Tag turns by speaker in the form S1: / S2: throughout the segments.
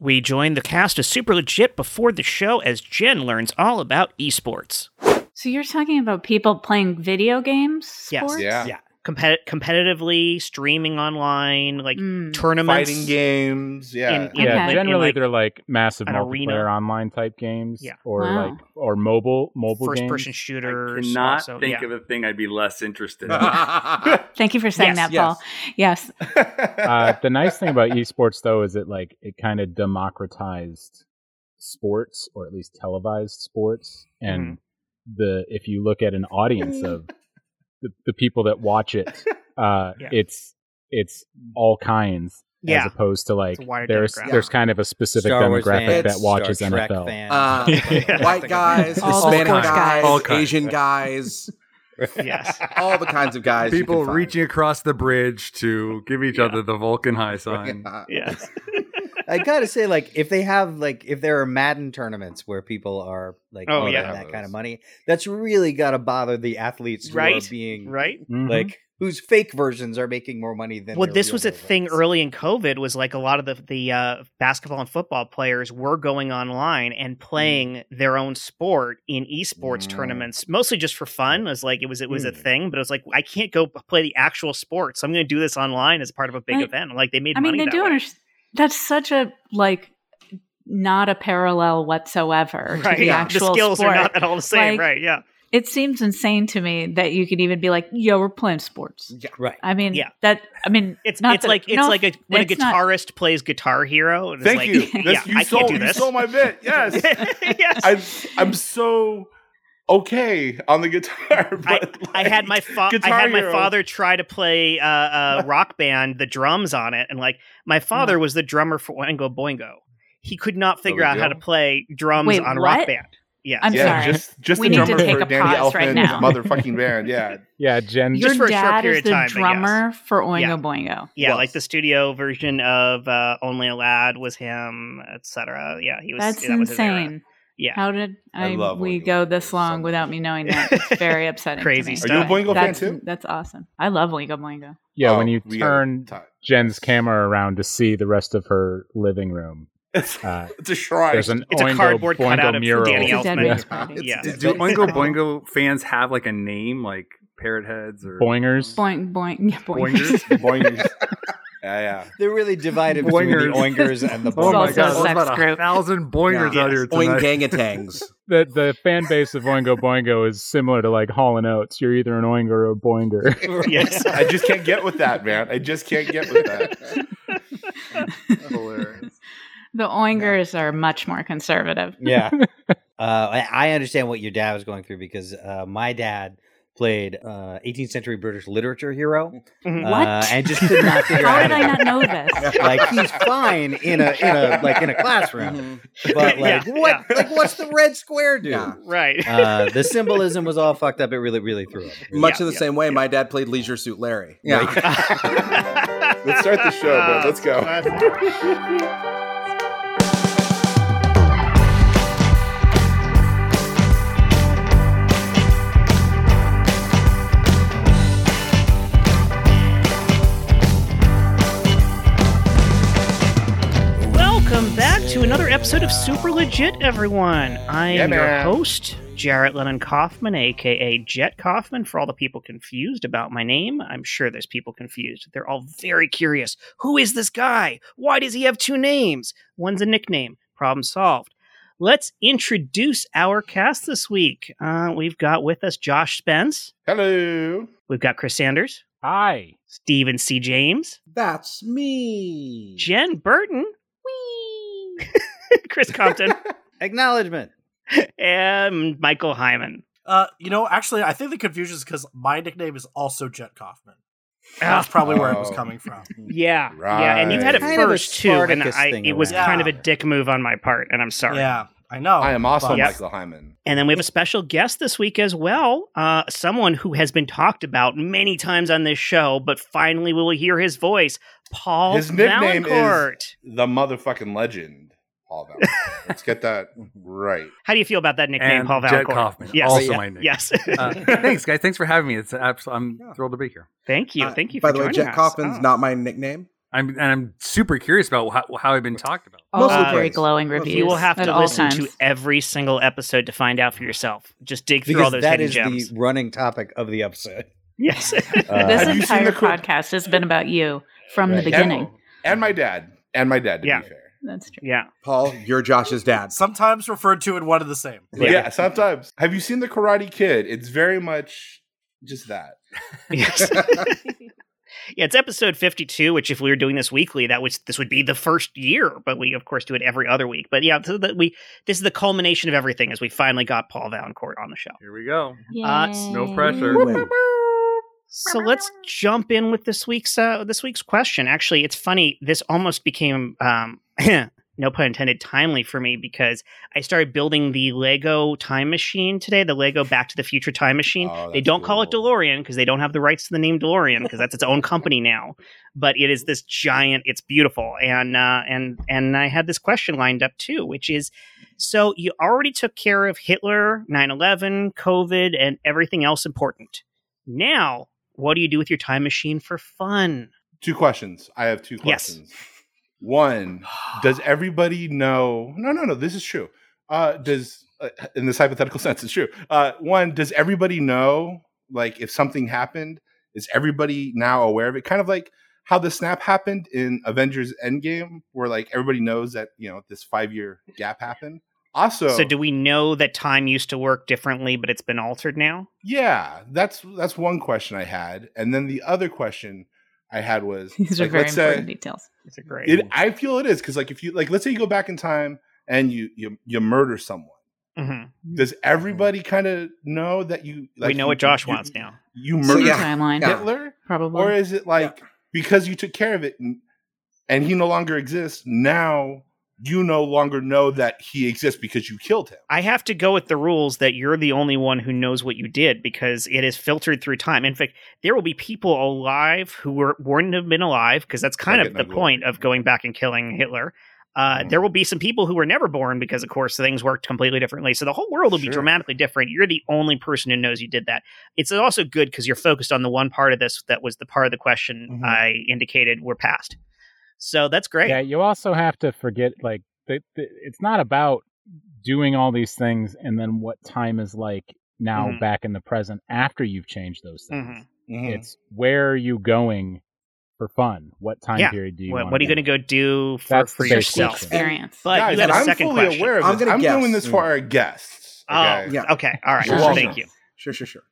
S1: We join the cast of Super Legit before the show as Jen learns all about esports.
S2: So you're talking about people playing video games?
S1: Yes.
S2: Sports?
S3: Yeah.
S1: Yeah. Compet- competitively streaming online, like
S2: Mm.
S1: tournaments.
S3: Fighting games. Yeah.
S1: In-
S2: Okay.
S4: Yeah,
S2: Like-
S4: generally
S1: like,
S4: they're like massive
S1: an arena.
S4: multiplayer online type games,
S1: Yeah.
S4: or
S2: Wow.
S4: like or mobile mobile
S1: first
S4: games.
S1: person shooters.
S5: I cannot
S1: also,
S5: think
S1: yeah.
S5: of a thing I'd be less interested in.
S2: Thank you for saying
S1: Yes,
S2: that, Paul. Yes.
S4: uh, the nice thing about esports though is it like it kind of democratized sports or at least televised sports and
S1: Mm-hmm.
S4: the if you look at an audience of the, the people that watch it uh
S1: Yeah.
S4: it's it's all kinds
S1: Yeah.
S4: as opposed to like
S1: It's a wider
S4: there's
S1: demographic.
S4: there's kind of a specific
S6: Star Wars
S4: demographic
S6: fans,
S4: that watches
S6: Star Trek
S4: NFL
S6: fans.
S7: Uh,
S4: Yeah.
S7: White guys,
S2: All the
S7: Hispanic
S2: sports guys.
S7: guys,
S2: All
S6: kinds.
S7: Asian guys,
S1: Yes.
S7: all the kinds of guys. you
S5: People
S7: can find.
S5: reaching across the bridge to give each
S1: Yeah.
S5: other the Vulcan high sign.
S1: Yes.
S6: I gotta say, like, if they have like if there are Madden tournaments where people are like
S1: Oh,
S6: oh,
S1: yeah.
S6: that kind of money, that's really gotta bother the athletes who
S1: Right.
S6: are being
S1: right?
S2: Mm-hmm.
S4: Mhm.
S6: like whose fake versions are making more money than.
S1: well
S6: their
S1: this
S6: real
S1: was a
S6: versions.
S1: thing early in covid was like a lot of the, the uh, basketball and football players were going online and playing their own sport in esports
S6: Mm.
S1: tournaments mostly just for fun it was like it was it was a
S6: Mm.
S1: thing but it was like i can't go p- play the actual sport so i'm going to do this online as part of a big
S2: I-
S1: event like they made
S2: I mean,
S1: money
S2: they
S1: that
S2: do
S1: way.
S2: understand. That's such a like not a parallel whatsoever
S1: right
S2: to the
S1: yeah.
S2: actual
S1: the skills
S2: sport.
S1: are not at all the same
S2: Like-
S1: right yeah
S2: it seems insane to me that you could even be like, "Yo, we're playing sports."
S6: Yeah, right.
S2: I mean,
S1: Yeah.
S2: that. I mean,
S1: it's
S2: not
S1: it's
S2: that-
S1: like it's
S2: no,
S1: like a, when a
S2: it's not-
S1: guitarist plays guitar hero and it's
S3: Thank
S1: like,
S3: you.
S1: yeah,
S3: That's, you,
S1: i
S3: sold,
S1: can't do
S3: you
S1: this
S3: sold my bit. Yes.
S1: yes
S3: I, I'm so okay on the guitar. But
S1: I had my
S3: like,
S1: fa- I
S3: Guitar
S1: had my
S3: Hero.
S1: father try to play uh, uh, rock band the drums on it, and like my
S3: Uh-huh.
S1: father was the drummer for Oingo Boingo. He could not figure
S3: Really
S1: out how
S3: do?
S1: to play drums
S2: Wait,
S1: on
S2: what?
S1: rock band. Yeah,
S2: I'm
S3: yeah,
S2: sorry.
S3: just just
S2: We
S3: the
S2: need to
S3: drummer
S2: take
S3: for
S2: a
S3: Danny
S2: pause right
S3: Elfman's
S2: now.
S3: motherfucking band. Yeah.
S4: yeah jen
S1: Just
S2: Your
S1: for a short
S2: dad
S1: period
S2: is
S1: of
S2: the
S1: time, but yes.
S2: drummer for Oingo
S1: Yeah.
S2: Boingo.
S1: yeah,
S6: Well-
S1: like the studio version of uh, Only a Lad was him, etc. Yeah, he was.
S2: That's
S1: that was his era.
S2: insane.
S1: Yeah.
S2: How did
S3: I
S2: I,
S3: love
S2: we
S3: Oingo
S2: go
S3: Boingo
S2: this
S3: so
S2: long
S3: much.
S2: without me knowing that? It's very upsetting. to
S1: Crazy
S2: me.
S1: stuff.
S3: Are you a Boingo fan
S2: That's,
S3: too?
S2: that's awesome. I love Oingo Boingo.
S4: yeah when
S3: Oh,
S4: you
S3: we gotta
S4: turn
S3: talk.
S4: jen's camera around to see the rest of her living room
S3: It's,
S4: uh
S3: it's a shrine.
S4: there's an
S1: It's a
S4: Oingo
S1: cardboard
S4: Boingo
S1: cutout of
S4: mural.
S1: Danny
S2: It's a dead
S1: Elfman.
S2: man's body.
S1: Yeah.
S3: It's-
S5: Do Oingo
S2: Yeah.
S5: Boingo fans have like a name, like parrot heads or
S4: boingers
S2: Boing boing. Yeah, boing.
S5: Boingers?
S3: Boingers. Yeah, yeah.
S6: They're really divided between the
S5: Boingers.
S6: oingers and the
S2: Oh my
S6: boingers.
S2: also God. a sex
S5: There's about
S2: group.
S5: a thousand boingers
S1: Yeah.
S5: out here
S7: Oing
S5: tonight.
S7: gangatangs.
S4: the the fan base of Oingo Boingo is similar to like Hall and Oates. You're either an Oinger or a Boinger.
S1: Yes.
S3: I just can't get with that, man. I just can't get with that. Hilarious.
S2: The Oingers are much more conservative.
S6: yeah. Uh, I, I understand what your dad was going through because uh, my dad played uh, 18th century British literature hero
S1: Mhm.
S2: What?
S6: uh, and just did not figure
S2: How
S6: out
S2: did
S6: how to
S2: I not
S6: do it.
S2: know this?
S6: like he's fine in a in a like in a classroom, but like
S1: Mm-hmm. Yeah,
S6: what like what's the red square do?
S7: Yeah.
S1: Right.
S6: Uh, the symbolism was all fucked up. It really really threw it.
S7: Much
S1: Yeah,
S7: in the
S1: yeah,
S7: same way, my dad played Leisure Suit Larry.
S6: Yeah.
S7: Like,
S3: Let's start the show, bro. Let's go.
S1: Welcome back to another episode of Super Legit, everyone. I am
S3: Yeah,
S1: your
S3: man.
S1: host, Jarrett Lennon Kaufman, aka Jet Kaufman. For all the people confused about my name, I'm sure there's people confused. They're all very curious. Who is this guy? Why does he have two names? One's a nickname. Problem solved. Let's introduce our cast this week. Uh, we've got with us Josh Spence.
S3: Hello.
S1: We've got Chris Sanders,
S4: Hi.
S1: Stephen C. James,
S7: That's me.
S1: Jen Burton, Chris Compton,
S6: Acknowledgement.
S1: and Michael Hyman.
S8: Uh, you know, actually, I think the confusion is because my nickname is also Jet Kaufman.
S1: Ah,
S8: That's probably where it was
S3: Oh.
S8: coming from.
S1: yeah, yeah, and you had it
S3: Right.
S6: Kind of a
S1: first too, and
S6: Spartacus
S1: I,
S6: thing
S1: it was
S8: around
S1: kind of a
S8: here.
S1: dick move on my part, and I'm sorry.
S8: Yeah, I know.
S3: I am also
S8: But-
S1: Yep.
S3: Michael Hyman.
S1: And then we have a special guest this week as well, uh, someone who has been talked about many times on this show, but finally we will hear his voice, Paul
S3: His nickname is-
S1: Valancourt.
S3: The motherfucking legend, Paul Bell. Let's get that right.
S1: How do you feel about that nickname,
S5: And
S1: Paul
S5: Jet
S1: Valancourt?
S5: Kaufman,
S1: Yes.
S5: also my nickname.
S1: Yes.
S5: Uh, thanks, guys. Thanks for having me. It's absolutely. I'm thrilled to be here.
S1: thank you.
S7: Uh,
S1: Thank you.
S7: By
S1: for
S7: the way,
S1: joining
S7: Jet
S1: us.
S7: Coffin's
S1: Oh.
S7: not my nickname.
S5: I'm and I'm super curious about how, how I've been talked about.
S2: Also
S1: Mostly
S2: very
S3: praise.
S2: glowing
S1: Well,
S2: reviews.
S1: You will have
S2: at
S1: to
S2: all
S1: listen
S2: times.
S1: to every single episode to find out for yourself. Just dig through all those
S6: because that
S1: hidden
S6: is
S1: gems.
S6: the running topic of the episode.
S1: Yes.
S6: Uh,
S2: this
S3: Have you seen
S2: entire
S3: the clip?
S2: podcast has been about you from
S6: Right.
S2: the beginning.
S3: And, and my dad. And my dad, to
S1: Yeah.
S3: be fair.
S2: That's true.
S1: yeah.
S7: Paul, you're Josh's dad.
S8: Sometimes referred to in one of the same.
S1: Yeah.
S3: Yeah. sometimes. Have you seen The Karate Kid? It's very much just that.
S1: Yes. yeah, it's episode 52, which if we were doing this weekly, that was this would be the first year, but we of course do it every other week. But yeah, so that we this is the culmination of everything as we finally got Paul Valancourt on the show.
S5: Here we go.
S1: Uh,
S5: no
S2: Yay.
S5: pressure.
S1: So let's jump in with this week's uh, this week's question. Actually, it's funny. This almost became um, no pun intended timely for me because I started building the Lego time machine today. The Lego Back to the Future time machine.
S3: Oh,
S1: they
S3: that's
S1: don't call it
S3: cool.
S1: DeLorean because they don't have the rights to the name DeLorean because that's its own company now. But it is this giant. It's beautiful, and uh, and and I had this question lined up too, which is so you already took care of Hitler, 9 11, COVID, and everything else important. Now, what do you do with your time machine for fun?
S3: Two questions. I have two
S1: Yes.
S3: questions. One, does everybody know? No, no, no. This is true. Uh, does uh, in this hypothetical sense, it's true. Uh, one, does everybody know? Like, if something happened, is everybody now aware of it? Kind of like how the snap happened in Avengers Endgame, where like everybody knows that you know this five year gap happened. Also,
S1: So, do we know that time used to work differently, but it's been altered now?
S3: Yeah, that's that's one question I had, and then the other question I had was
S2: These are
S3: like,
S2: very
S3: let's say-
S2: important details.
S1: It's a great.
S3: It, I feel it is because like if you like, let's say you go back in time and you you you murder someone.
S1: Mhm.
S2: Mm-hmm.
S3: Does everybody kind of know that you? Like,
S1: we know
S3: you-
S1: what Josh
S3: you-
S1: wants now.
S3: You
S7: So,
S3: murdered
S7: yeah.
S2: Timeline,
S7: Yeah.
S3: Hitler,
S2: probably.
S3: or is it like because you took care of it and, and he no longer exists now? You no longer know that he exists because you killed him.
S1: I have to go with the rules that you're the only one who knows what you did because it is filtered through time. In fact, there will be people alive who were, wouldn't have been alive because that's kind
S3: Like
S1: of
S3: it,
S1: the
S3: no
S1: point
S3: glory.
S1: of going back and killing Hitler. Uh,
S3: Mhm.
S1: There will be some people who were never born because, of course, things worked completely differently. So the whole world will be
S3: Sure.
S1: dramatically different. You're the only person who knows you did that. It's also good because you're focused on the one part of this that was the part of the question
S3: Mhm.
S1: I indicated were passed. So that's great.
S4: Yeah, you also have to forget like the, the, it's not about doing all these things and then what time is like now
S3: Mm-hmm.
S1: Mhm.
S4: back in the present after you've changed those things.
S1: Mhm.
S4: It's where are you going for fun? What time
S1: Yeah.
S4: period do you
S1: What,
S4: wanna
S1: what are you
S4: be
S1: going to go do for,
S4: That's
S1: for
S4: the base
S1: yourself?
S4: question.
S2: experience.
S1: But
S3: Guys,
S1: you had a
S3: I'm
S1: second
S3: fully
S1: question.
S3: aware of
S7: I'm
S3: this.
S7: gonna
S3: I'm
S7: guess.
S3: doing this for our guests.
S1: Oh,
S7: Yeah.
S1: okay. All right.
S3: You're
S1: Thank
S3: welcome.
S1: you.
S7: Sure, sure, sure.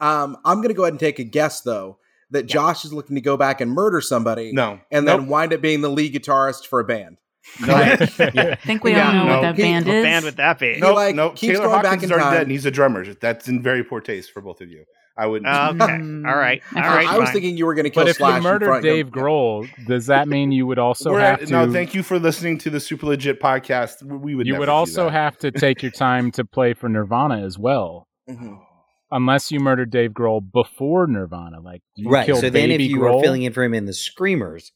S7: Um, I'm gonna go ahead and take a guess though that Josh is looking to go back and murder somebody
S3: No,
S7: and
S3: Nope.
S7: then wind up being the lead guitarist for a band.
S2: I think we
S7: Yeah,
S2: all know
S3: no.
S2: what that
S7: He-
S2: band
S1: What
S2: is.
S1: band would that be?
S7: He,
S3: No,
S7: like,
S3: no.
S7: keeps
S3: Taylor
S7: going
S3: Hawkins
S7: back in
S3: is already
S7: time.
S3: dead, and he's a drummer. That's in very poor taste for both of you. I would.
S1: Okay.
S2: Mm.
S1: All right. All
S2: I-
S7: I-
S1: right.
S7: I was
S1: fine.
S7: thinking you were gonna kill
S4: But if
S7: Slash
S4: you
S7: in
S4: murder
S7: front of him.
S4: Dave Grohl, does that mean you would also
S3: We're
S4: have
S3: at-
S4: to
S3: no, thank you for listening to the super legit podcast. We we would.
S4: you
S3: never
S4: would
S3: do
S4: also
S3: that.
S4: have to take your time to play for Nirvana as well.
S7: Mhm.
S4: Unless you murdered Dave Grohl before Nirvana, like do you
S6: right.
S4: kill
S6: So
S4: baby
S6: then, if you
S4: Grohl,
S6: were filling in for him in the Screamers,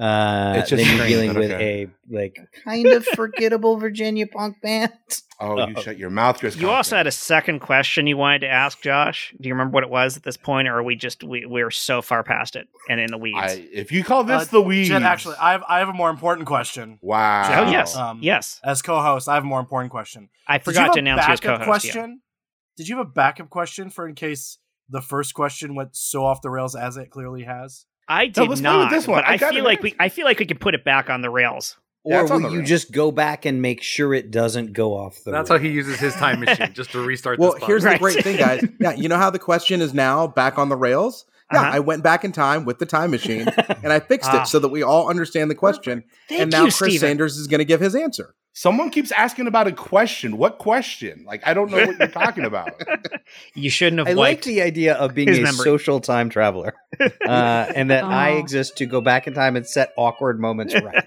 S6: uh,
S3: It's just
S6: then you're
S3: Screamers,
S6: dealing with
S3: okay.
S6: a like kind of forgettable Virginia punk band.
S3: Oh, you
S6: Oh.
S3: shut your mouth. Chris
S1: You also had
S3: Conklin.
S1: a second question you wanted to ask Josh. Do you remember what it was at this point, or are we just we we're so far past it and in the weeds?
S3: I, if you
S1: Oh,
S3: call this
S8: Uh,
S3: the weed,
S8: Jen, actually, I have I have a more important question.
S3: wow.
S1: oh yes,
S8: Um,
S1: yes.
S8: As co-host, I have a more important question.
S1: I
S8: Did you have
S1: forgot to
S8: a
S1: announce you as
S8: backup
S1: co-host. yeah.
S8: Question? Did you have a backup question for in case the first question went so off the rails as it clearly has?
S1: I did
S3: let's play with
S1: not.
S3: this one.
S1: but
S3: I
S1: I
S3: got
S1: feel
S3: an
S1: like we
S3: answer.
S1: I feel like we could put it back on the rails.
S3: Yeah,
S6: Or
S3: it's on
S6: will
S3: the
S6: you
S3: rail.
S6: just go back and make sure it doesn't go off the?
S5: That's
S6: rail?
S5: how he uses his time machine just to restart.
S7: Well,
S5: this podcast.
S7: here's
S1: Right.
S7: the great thing, guys. Yeah, you know how the question is now back on the rails? Yeah,
S1: Uh-huh.
S7: I went back in time with the time machine and I fixed
S1: Ah.
S7: it so that we all understand the question.
S1: Thank
S7: and now
S1: you,
S7: Chris
S1: Steven.
S7: Sanders is gonna give his answer.
S3: Someone keeps asking about a question. What question? Like, I don't know what you're talking about.
S1: You shouldn't have
S6: I like
S1: wiped.
S6: the idea of being
S1: his
S6: a
S1: memory.
S6: social time traveler, uh, and that I
S2: Oh.
S6: exist to go back in time and set awkward moments right.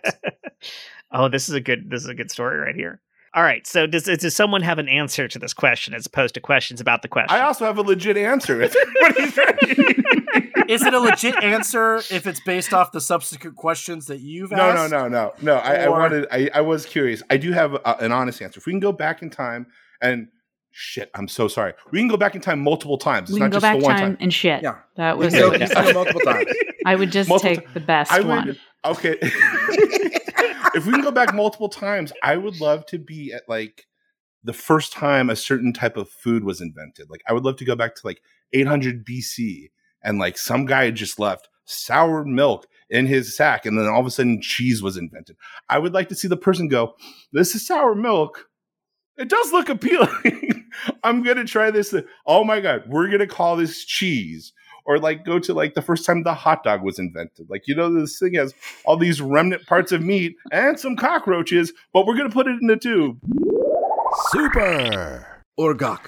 S1: oh, this is a good this is a good story right here. All right. So does does someone have an answer to this question as opposed to questions about the question?
S3: I also have a legit answer. If everybody's ready.
S8: Is it a legit answer if it's based off the subsequent questions that you've
S3: no, no,
S8: asked?
S3: no, no, no. I, I
S8: Or-
S3: wanted. I, I was curious. I do have a, an honest answer. If we can go back in time and Shit, I'm so sorry. We can go back in time multiple times. It's
S2: we
S3: not
S2: can go
S3: just
S2: back
S3: the one
S2: time, and shit.
S9: Yeah.
S2: That
S9: You
S2: was
S9: can go-
S2: what
S9: you
S2: you
S9: can
S2: said.
S9: go multiple times.
S2: I would just
S3: Multiple
S2: take the best
S3: I would-
S2: one.
S3: Okay. if we can go back multiple times, I would love to be at like the first time a certain type of food was invented. Like I would love to go back to like 800 BC and like some guy had just left sour milk in his sack and then all of a sudden cheese was invented. I would like to see the person go, "This is sour milk. It does look appealing. I'm going to try this. Oh my god, we're going to call this cheese." Or like go to like the first time the hot dog was invented. Like you know this thing has all these remnant parts of meat and some cockroaches, but we're going to put it in a tube.
S10: Super.
S9: Orgok.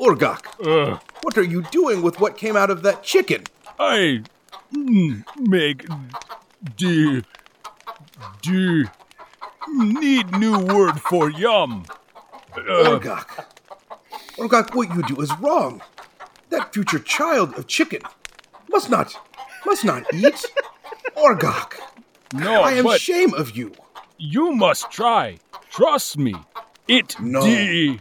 S9: Orgok.
S11: Ugh,
S9: What are you doing with what came out of that chicken?
S10: I mm, make do do need new word for yum.
S3: Oh,
S10: Uh,
S9: Orgok. Orgok, what you do is wrong. That future child of chicken must not, must not eat. Orgok,
S10: no,
S9: I am
S10: but
S9: shame of you.
S10: you must try. Trust me. It
S9: No.
S10: de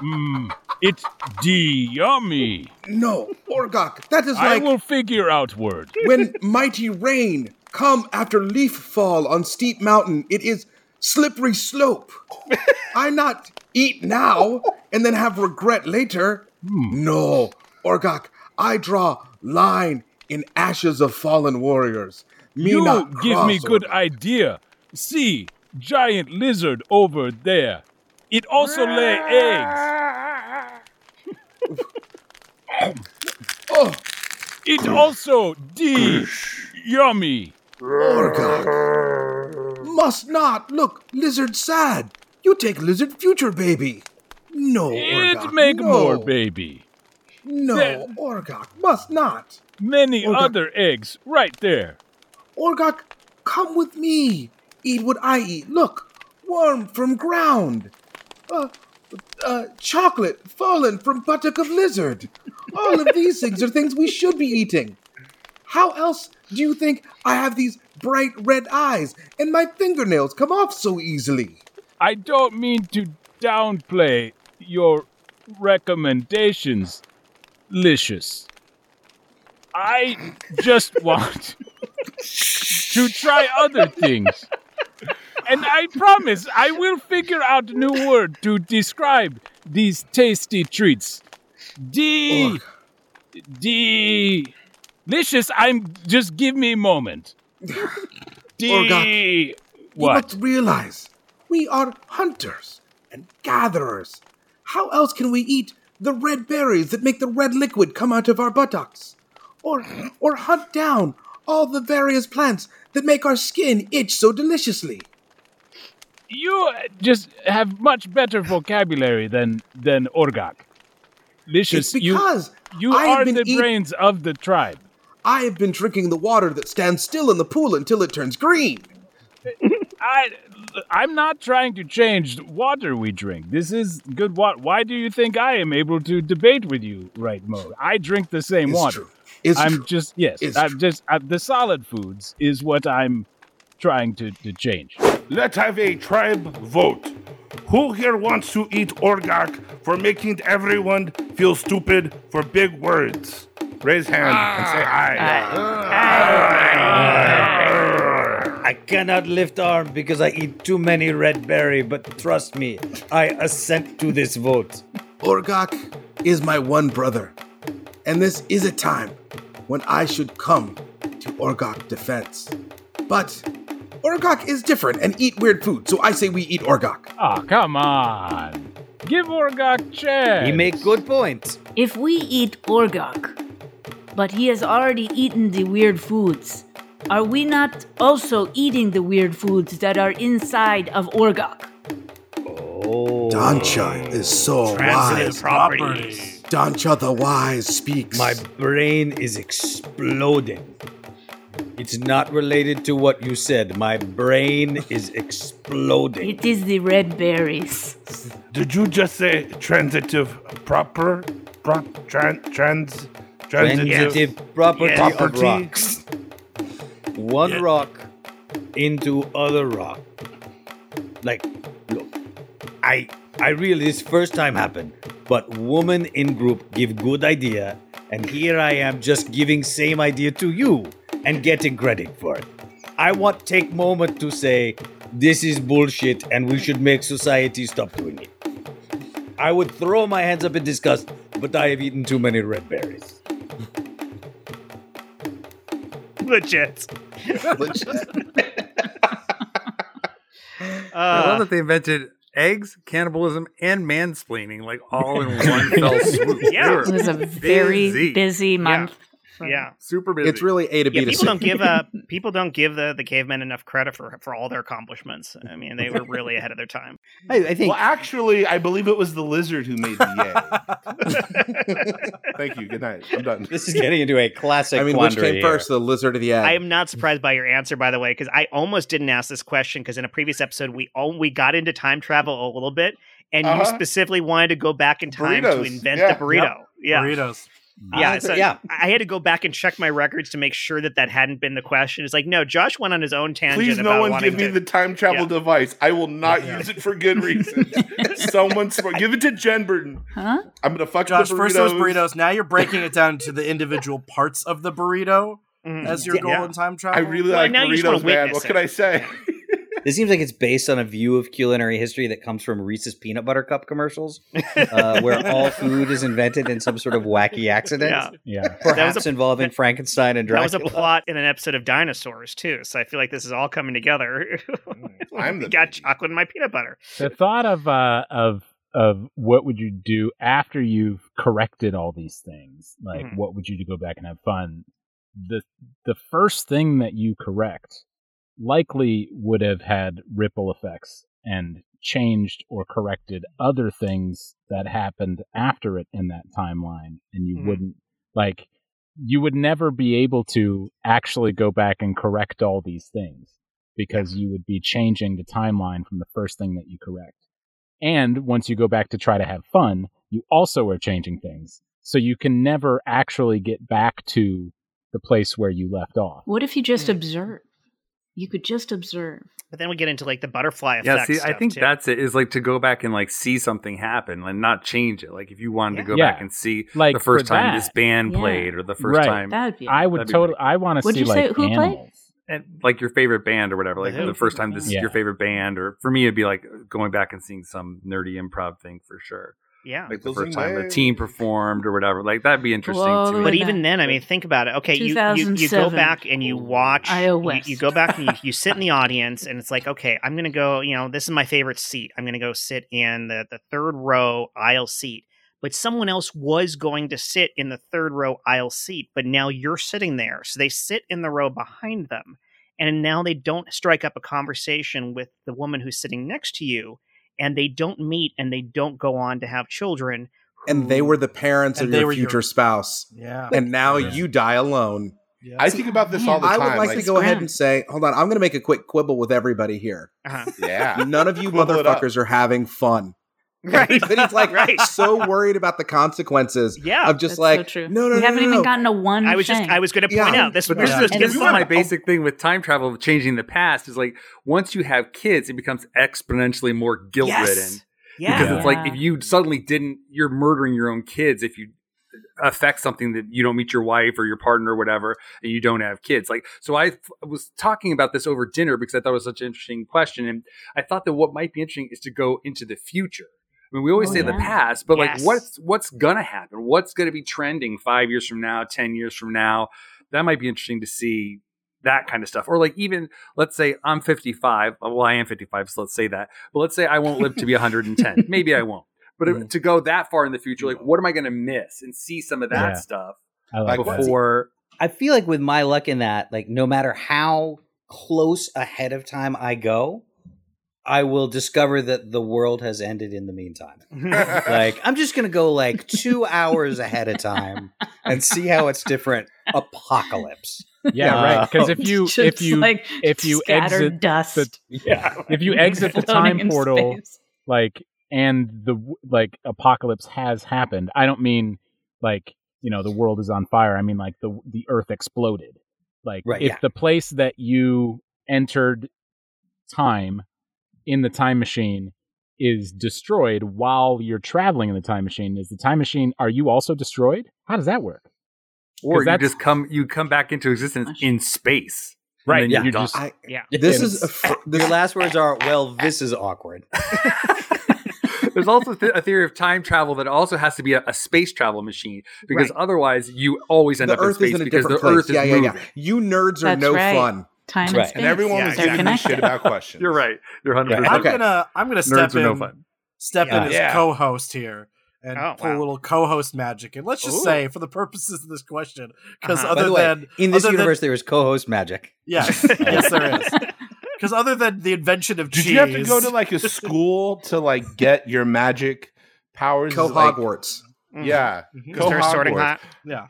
S10: mm, it de yummy.
S9: No, Orgok, that is
S10: I
S9: like
S10: will figure out word.
S9: when mighty rain come after leaf fall on steep mountain. It is slippery slope. I not eat now and then have regret later.
S10: Hmm.
S9: No, Orgok, I draw line in ashes of fallen warriors. Me
S10: you
S9: not
S10: give me
S9: cross,
S10: good
S9: Orgok.
S10: idea. See, giant lizard over there. It also lay eggs.
S9: Oh,
S10: It also de yummy.
S9: Orgok. Must not. Look, lizard sad. You take lizard future baby. No, Orgok.
S10: It make
S9: no.
S10: more baby.
S9: No,
S10: That-
S9: Orgok. Must not.
S10: Many
S9: Okay.
S10: other eggs right there.
S9: Orgok, come with me. Eat what I eat. Look, worm from ground. Uh, uh, chocolate fallen from buttock of lizard. All of these things are things we should be eating. How else do you think I have these bright red eyes and my fingernails come off so easily?
S10: I don't mean to downplay your recommendations, Licious. I just want to try other things. And I promise I will figure out a new word to describe these tasty treats. D. D. Licious, I'm just give me a moment.
S12: Oh,
S10: D.
S9: You
S10: What?
S9: must realize we are hunters and gatherers. How else can we eat the red berries that make the red liquid come out of our buttocks? Or or hunt down all the various plants that make our skin itch so deliciously.
S10: you just have much better vocabulary than than Orgak. Licious,
S9: it's because
S10: you you
S9: I have
S10: are
S9: been
S10: the
S9: eat-
S10: brains of the tribe.
S9: I have been drinking the water that stands still in the pool until it turns green.
S10: I I'm not trying to change the water we drink. This is good water. Why do you think I am able to debate with you, right, Mo? I drink the same
S9: It's
S10: water.
S9: true. It's
S10: I'm
S9: true.
S10: just yes.
S9: It's
S10: I'm
S9: true.
S10: just I, the solid foods is what I'm trying to, to change.
S3: Let's have a tribe vote. Who here wants to eat Orgok for making everyone feel stupid for big words? Raise hand and say aye.
S6: I cannot lift arm because I eat too many red berry, but trust me, I assent to this vote.
S9: Orgok is my one brother, and this is a time when I should come to Orgok defense. But Orgok is different and eat weird food, so I say we eat Orgok.
S10: Ah, come on. Give Orgak chance.
S6: He make good points.
S2: If we eat Orgok, but he has already eaten the weird foods, are we not also eating the weird foods that are inside of Orgok?
S6: Oh.
S9: Dancha is so
S1: Transitive
S9: wise.
S1: properties.
S9: Dancha the wise speaks.
S6: My brain is exploding. It's not related to what you said. My brain is exploding.
S2: It is the red berries.
S3: Did you just say transitive proper? Prop, tran, trans, transitive.
S6: Transitive property
S1: Yes.
S6: of rocks. One
S13: Yeah.
S6: rock into other rock. Like, look, I I really this first time happened, but woman in group give good idea, and here I am just giving same idea to you and getting credit for it. I want take moment to say this is bullshit and we should make society stop doing it. I would throw my hands up in disgust, but I have eaten too many red berries.
S1: Legit.
S5: I love
S1: Uh,
S5: that they invented eggs, cannibalism, and mansplaining like all in one fell swoop. They
S1: Yeah.
S5: were
S2: It was a very
S5: busy.
S2: busy, month. for-
S1: yeah.
S5: super busy.
S9: It's really A to B
S1: Yeah,
S9: to
S1: people
S9: C.
S1: don't give uh, people don't give the, the cavemen enough credit for for all their accomplishments. I mean, they were really ahead of their time.
S9: I, I think
S3: Well, actually, I believe it was the lizard who made the egg. Thank you. Good night. I'm done.
S6: This is getting into a classic
S9: I mean, which
S6: quandary
S9: came
S6: here.
S9: first, the lizard or the egg?
S1: I am not surprised by your answer, by the way, because I almost didn't ask this question because in a previous episode we all, we got into time travel a little bit, and you
S3: Uh-huh.
S1: specifically wanted to go back in time to
S3: Burritos.
S1: invent
S3: Yeah.
S1: the burrito. Yeah, yeah.
S8: Burritos.
S6: Ah,
S1: So
S6: yeah.
S1: I had to go back and check my records to make sure that that hadn't been the question. It's like no, Josh went on his own tangent.
S3: Please,
S1: about
S3: no one
S1: wanting
S3: give me
S1: to-
S3: the time travel
S1: Yeah.
S3: device. I will not
S8: Yeah.
S3: use it for good reason. Someone smart. Give it to Jen Burton.
S2: Huh?
S3: I'm gonna fuck
S8: Josh,
S3: the burritos.
S8: first it was burritos. Now you're breaking it down to the individual parts of the burrito
S1: Mhm.
S8: as your
S1: Yeah.
S8: goal in time
S3: Mm-hmm. I
S8: travel.
S3: really
S1: Well,
S3: like
S1: now you just wanna
S3: burritos, man.
S1: witness
S3: What
S1: it.
S3: can I say?
S6: This seems like it's based on a view of culinary history that comes from Reese's Peanut Butter Cup commercials, uh, where all food is invented in some sort of wacky accident,
S1: Yeah.
S4: Yeah.
S6: perhaps
S1: That was a-
S6: involving Frankenstein and
S1: That was
S6: Dracula.
S1: a plot in an episode of Dinosaurs too, so I feel like this is all coming together.
S3: I'm the
S1: got chocolate in my peanut butter.
S4: The thought of uh, of of what would you do after you've corrected all these things? Like,
S1: Mhm.
S4: what would you do go back and have fun? The the first thing that you correct likely would have had ripple effects and changed or corrected other things that happened after it in that timeline, and you
S1: Mhm.
S4: wouldn't like you would never be able to actually go back and correct all these things because you would be changing the timeline from the first thing that you correct. And once you go back to try to have fun, you also are changing things. So you can never actually get back to the place where you left off.
S2: What if you just
S5: Hmm.
S2: observe? You could just observe.
S1: But then we get into like the butterfly effect.
S5: yeah, see, I
S1: stuff,
S5: think
S1: too.
S5: that's it. Is like to go back and like see something happen and not change it. Like if you wanted to go
S4: Yeah.
S5: back and see
S4: Like
S5: the first
S4: for
S5: time
S4: that,
S5: this band
S2: Yeah.
S5: played or the first
S4: Right.
S5: time
S2: That would be.
S4: I would
S5: That'd be
S4: totally. I want to
S2: What'd
S4: see
S2: you say?
S4: like
S2: Who played?
S4: animals.
S5: and like your favorite band or whatever. Like
S1: Who?
S5: the first time this is
S4: Yeah.
S5: your favorite band, or for me it'd be like going back and seeing some nerdy improv thing for sure.
S1: yeah.
S5: Like the
S3: Those are
S5: first time the
S3: nerds.
S5: team performed or whatever. Like that'd be interesting
S2: Whoa,
S5: to me.
S2: look
S1: But
S2: Going
S1: even
S2: back.
S1: then, I mean, think about it. Okay, you, you, you go
S2: 2007.
S1: back and you watch.
S2: Iowa
S1: You,
S2: West.
S1: you go back and you, you sit in the audience, and it's like, okay, I'm going to go, you know, this is my favorite seat. I'm going to go sit in the, the third row aisle seat. But someone else was going to sit in the third row aisle seat, but now you're sitting there. So they sit in the row behind them. And now they don't strike up a conversation with the woman who's sitting next to you, and they don't meet and they don't go on to have children.
S9: and they were the parents
S8: And
S9: of
S8: they
S9: your
S8: were your-
S9: future spouse.
S8: Yeah.
S9: And now
S8: Yeah.
S9: you die alone.
S8: Yeah.
S3: I think about this all the
S9: I
S3: time.
S9: would like, to
S3: like,
S9: go ahead
S2: Grand.
S9: and say, hold on, I'm going to make a quick quibble with everybody here.
S1: Uh-huh.
S3: yeah.
S9: None of you
S3: Quibble it up.
S9: motherfuckers are having fun.
S1: Right.
S9: Everybody's like
S1: Right.
S9: so worried about the consequences
S1: Yeah.
S9: of just
S2: That's
S9: like,
S2: so true.
S9: no, no,
S2: we
S9: no,
S2: haven't
S9: no,
S2: even
S9: no.
S2: gotten a one.
S1: I was
S2: thing.
S1: just I was going to point
S9: Yeah.
S1: out this.
S9: But
S1: this
S8: yeah.
S1: is-
S2: And
S1: this
S5: This
S1: is
S5: is
S1: my
S5: my basic thing with time travel, changing the past is like once you have kids, it becomes exponentially more guilt ridden
S1: Yes.
S5: because
S1: Yeah.
S5: it's like
S2: Yeah.
S5: if you suddenly didn't, you're murdering your own kids if you affect something that you don't meet your wife or your partner or whatever, and you don't have kids. Like, so I f- was talking about this over dinner because I thought it was such an interesting question, and I thought that what might be interesting is to go into the future. I mean, we always
S2: Oh,
S5: say the
S2: yeah.
S5: past, but
S1: Yes.
S5: like, what's what's gonna happen? What's gonna be trending five years from now, ten years from now? That might be interesting to see that kind of stuff. Or like, even let's say I'm 55. Well, I am 55, so let's say that. But let's say I won't live to be 110. Maybe I won't. But if- to go that far in the future, like, what am I going to miss and see some of that
S4: Yeah.
S5: stuff
S4: I like that.
S3: Like, what's-
S5: before?
S6: I feel like with my luck in that, like no matter how close ahead of time I go, I will discover that the world has ended in the meantime. Like I'm just gonna go like two hours ahead of time and see how it's different. Apocalypse.
S4: Yeah,
S6: Uh,
S4: right. Because if you
S2: Just
S4: if you
S2: like
S4: if you
S2: scattered
S4: exit
S2: dust,
S4: the
S6: Yeah.
S4: if you exit the
S2: floating
S4: time
S2: in
S4: portal,
S2: space.
S4: like and the w- like apocalypse has happened i don't mean like you know the world is on fire i mean like the the earth exploded like
S6: Right,
S4: if
S6: yeah.
S4: the place that you entered time in the time machine is destroyed while you're traveling in the time machine. Is the time machine? Are you also destroyed? How does that work?
S5: Or you
S4: that's-
S5: just come you come back into existence in space. and
S4: Right,
S5: then
S6: yeah.
S5: you're
S4: You're
S5: done.
S4: just-
S9: I,
S1: Yeah.
S9: this
S6: And
S9: is a fr-
S6: Your
S9: this,
S6: last words are, "Well, this is awkward."
S5: There's also th- a theory of time travel that also has to be a, a space travel machine because
S1: Right.
S5: otherwise you always end
S9: the
S5: up in
S9: Earth is
S5: space
S9: in a
S5: because
S9: different
S5: the
S9: place.
S5: Earth is
S9: yeah, yeah,
S5: moving.
S9: yeah. You nerds are
S2: That's
S9: no
S2: right.
S9: fun.
S2: Time and
S6: Right. And
S2: space.
S3: and everyone was
S2: They're
S3: giving me
S2: connected.
S3: shit about questions.
S5: You're right. You're 100.
S8: I'm
S5: percent
S9: Okay.
S8: gonna I'm gonna step
S5: Nerds are
S8: in
S5: no fun.
S8: step in
S4: Yeah.
S8: as
S3: Yeah.
S8: co-host here and
S1: Oh,
S8: pull
S1: wow.
S8: a little co-host magic. And let's just
S1: Ooh.
S8: say, for the purposes of this question, because
S1: Uh-huh. By
S6: By
S8: other
S6: the way,
S8: than
S6: in this
S8: other than-
S6: universe, there is co-host magic.
S8: yes, yes, there is. Because other than the invention of
S3: Did
S8: cheese,
S3: you have to go to like a school to like get your magic powers?
S9: Co
S3: Like-
S9: Hogwarts.
S1: Mhm.
S3: Yeah.
S8: Mhm.
S3: Go
S1: Start sorting
S3: Hogwarts.
S1: hot-
S8: yeah,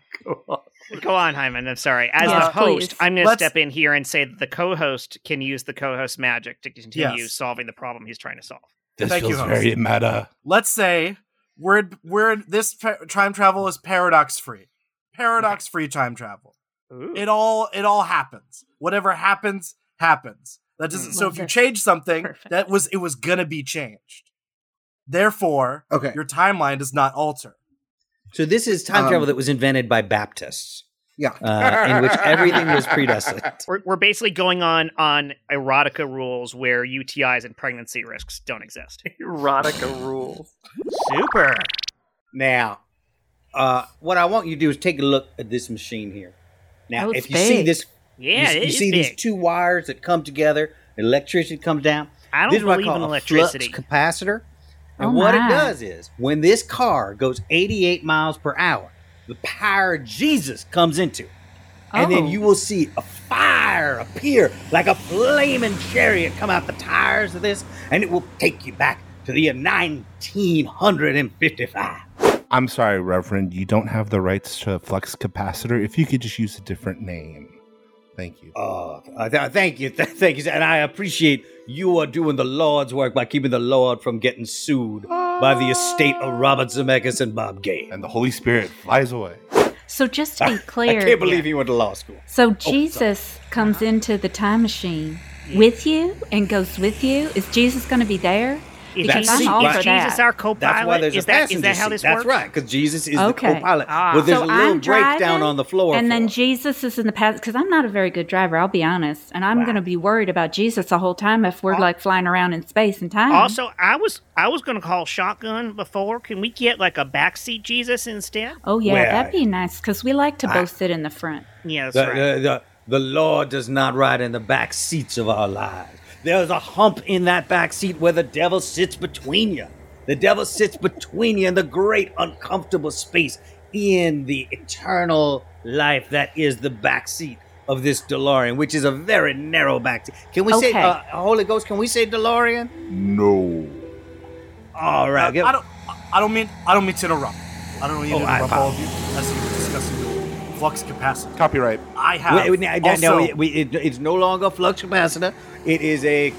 S1: Go on, Hyman. I'm sorry. As
S2: Yeah,
S1: the host,
S2: please.
S1: I'm going to
S8: Let's-
S1: step in here and say that the co-host can use the co-host magic to continue
S8: Yes.
S1: solving the problem he's trying to solve.
S8: This Thank you, feels Holmes. very
S3: meta.
S8: let's say we're in- we're in- this pa- time travel is paradox free, paradox free time travel.
S1: Ooh.
S8: It all it all happens. Whatever happens, happens. That
S6: Hmm.
S8: doesn't.
S2: Mm.
S8: So if you
S2: Perfect.
S8: change something,
S2: Perfect.
S8: that was it was gonna be changed. Therefore,
S9: Okay.
S8: your timeline does not alter.
S6: So this is time
S9: Um,
S6: travel that was invented by Baptists.
S9: Yeah.
S6: uh, in which everything was predestined.
S1: we're, we're basically going on on erotica rules where UTIs and pregnancy risks don't exist.
S5: Erotica rules.
S1: Super.
S6: Now, uh, what I want you to do is take a look at this machine here. Now,
S2: Oh, it's
S6: if you see
S2: big.
S6: this,
S1: Yeah,
S6: you,
S1: it
S6: you
S1: is
S6: see
S1: big.
S6: these two wires that come together, electricity comes down.
S1: I don't
S6: this is what I
S1: believe
S6: call
S1: in
S6: a
S1: electricity.
S6: flux capacitor. And
S2: Oh
S6: what
S2: my.
S6: it does is, when this car goes 88 miles per hour, the power of Jesus comes into it. And
S2: Oh.
S6: then you will see a fire appear like a flaming chariot come out the tires of this, and it will take you back to the year 1955.
S3: I'm sorry, Reverend. You don't have the rights to a flux capacitor. If you could just use a different name. Thank you.
S6: Oh, uh, th- thank you, th- thank you, and I appreciate you are doing the Lord's work by keeping the Lord from getting sued by the estate of Robert Zemeckis and Bob Gay.
S3: And the Holy Spirit flies away.
S2: So just to be
S6: I
S2: clear,
S6: can't believe he went to law school.
S2: so Jesus comes into the time machine with you and goes with you. Is Jesus going to be there?
S1: If
S2: Because
S6: that's-
S2: I'm all
S1: is
S2: for
S6: right.
S1: Jesus
S2: that.
S1: our
S6: That's why
S1: co-pilot?
S6: there's
S1: Is
S6: a
S1: that
S6: passenger
S1: is that how this
S6: seat. That's
S1: works?
S6: right, because Jesus is
S2: Okay.
S6: the co-pilot.
S1: Ah.
S6: well, there's
S2: so
S6: a little
S2: I'm driving,
S6: breakdown on the floor.
S2: and
S6: for
S2: then
S6: him.
S2: Jesus is in the past. Because I'm not a very good driver, I'll be honest, and I'm going to be worried about Jesus the whole time if we're like flying around in space and time.
S1: Also, I was I was going to call shotgun before. Can we get like a backseat Jesus instead?
S2: oh yeah,
S6: Well,
S2: that'd be nice because we like to both sit in the front.
S1: Yeah, that's
S6: The,
S1: right.
S6: the, the, the Lord does not ride in the back seats of our lives. There's a hump in that back seat where the devil sits between you. The devil sits between you in the great uncomfortable space in the eternal life that is the back seat of this DeLorean, which is a very narrow back seat. Can we say,
S2: Okay.
S6: uh, Holy Ghost, can we say DeLorean?
S3: No.
S6: All right.
S8: I don't. I don't mean. I don't mean to interrupt. I don't mean
S6: Oh,
S8: to
S6: I
S8: interrupt all of you as you were discussing the flux capacitor.
S3: Copyright.
S8: I have
S6: Wait, now, now-
S8: also.
S6: now we- we- it- it's no longer a flux capacitor. It is a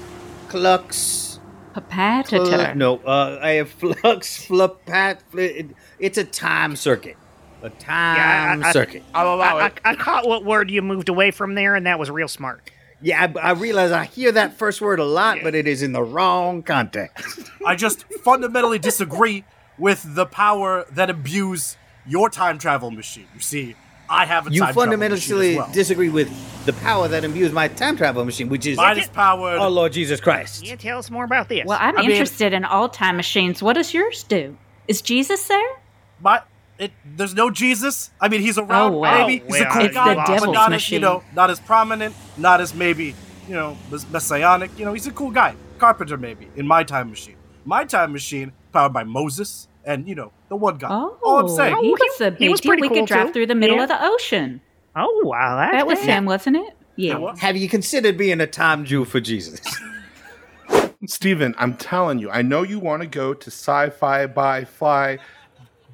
S6: clux. Fl-
S2: Papatator.
S6: no, uh, I have flux, flupat. fl- it- It's a time circuit. A time
S1: I- I-
S6: circuit.
S3: I'll allow
S1: I,
S3: it.
S1: I, I caught what word you moved away from there, and that was real smart.
S6: yeah, I, I realize I hear that first word a lot, but it is in the wrong context.
S8: I just fundamentally disagree with the power that abuse your time travel machine. You see, I have a
S6: You
S8: time travel
S6: fundamentally
S8: machine as well.
S6: disagree with the power that imbues my time travel machine, which is
S8: Mine is powered.
S6: our Lord Jesus Christ.
S1: Can you tell us more about this?
S2: Well, I'm
S8: I mean-
S2: interested in all time machines. What does yours do? Is Jesus there?
S8: my it there's no Jesus. I mean, he's around.
S2: Oh, wow.
S8: Maybe he's
S1: Well,
S8: a cool
S1: it's
S8: guy,
S1: the
S8: but
S1: devil's
S8: not as you
S2: machine.
S8: know, not as prominent, not as maybe you know, mess- messianic. You know, he's a cool guy, carpenter maybe. In my time machine, my time machine powered by Moses and you know the one guy.
S2: Oh,
S8: All I'm saying.
S2: he was a
S1: he
S2: big
S1: was
S2: deal.
S1: pretty
S2: We
S1: cool,
S2: could drive
S1: too.
S2: through the middle
S1: Yeah.
S2: of the ocean.
S1: oh wow, that's
S2: That was
S1: bad.
S2: him, wasn't it? Yeah.
S8: what?
S6: Have you considered being a time Jew for Jesus?
S3: Steven, I'm telling you, I know you want to go to Sci Fi by Fly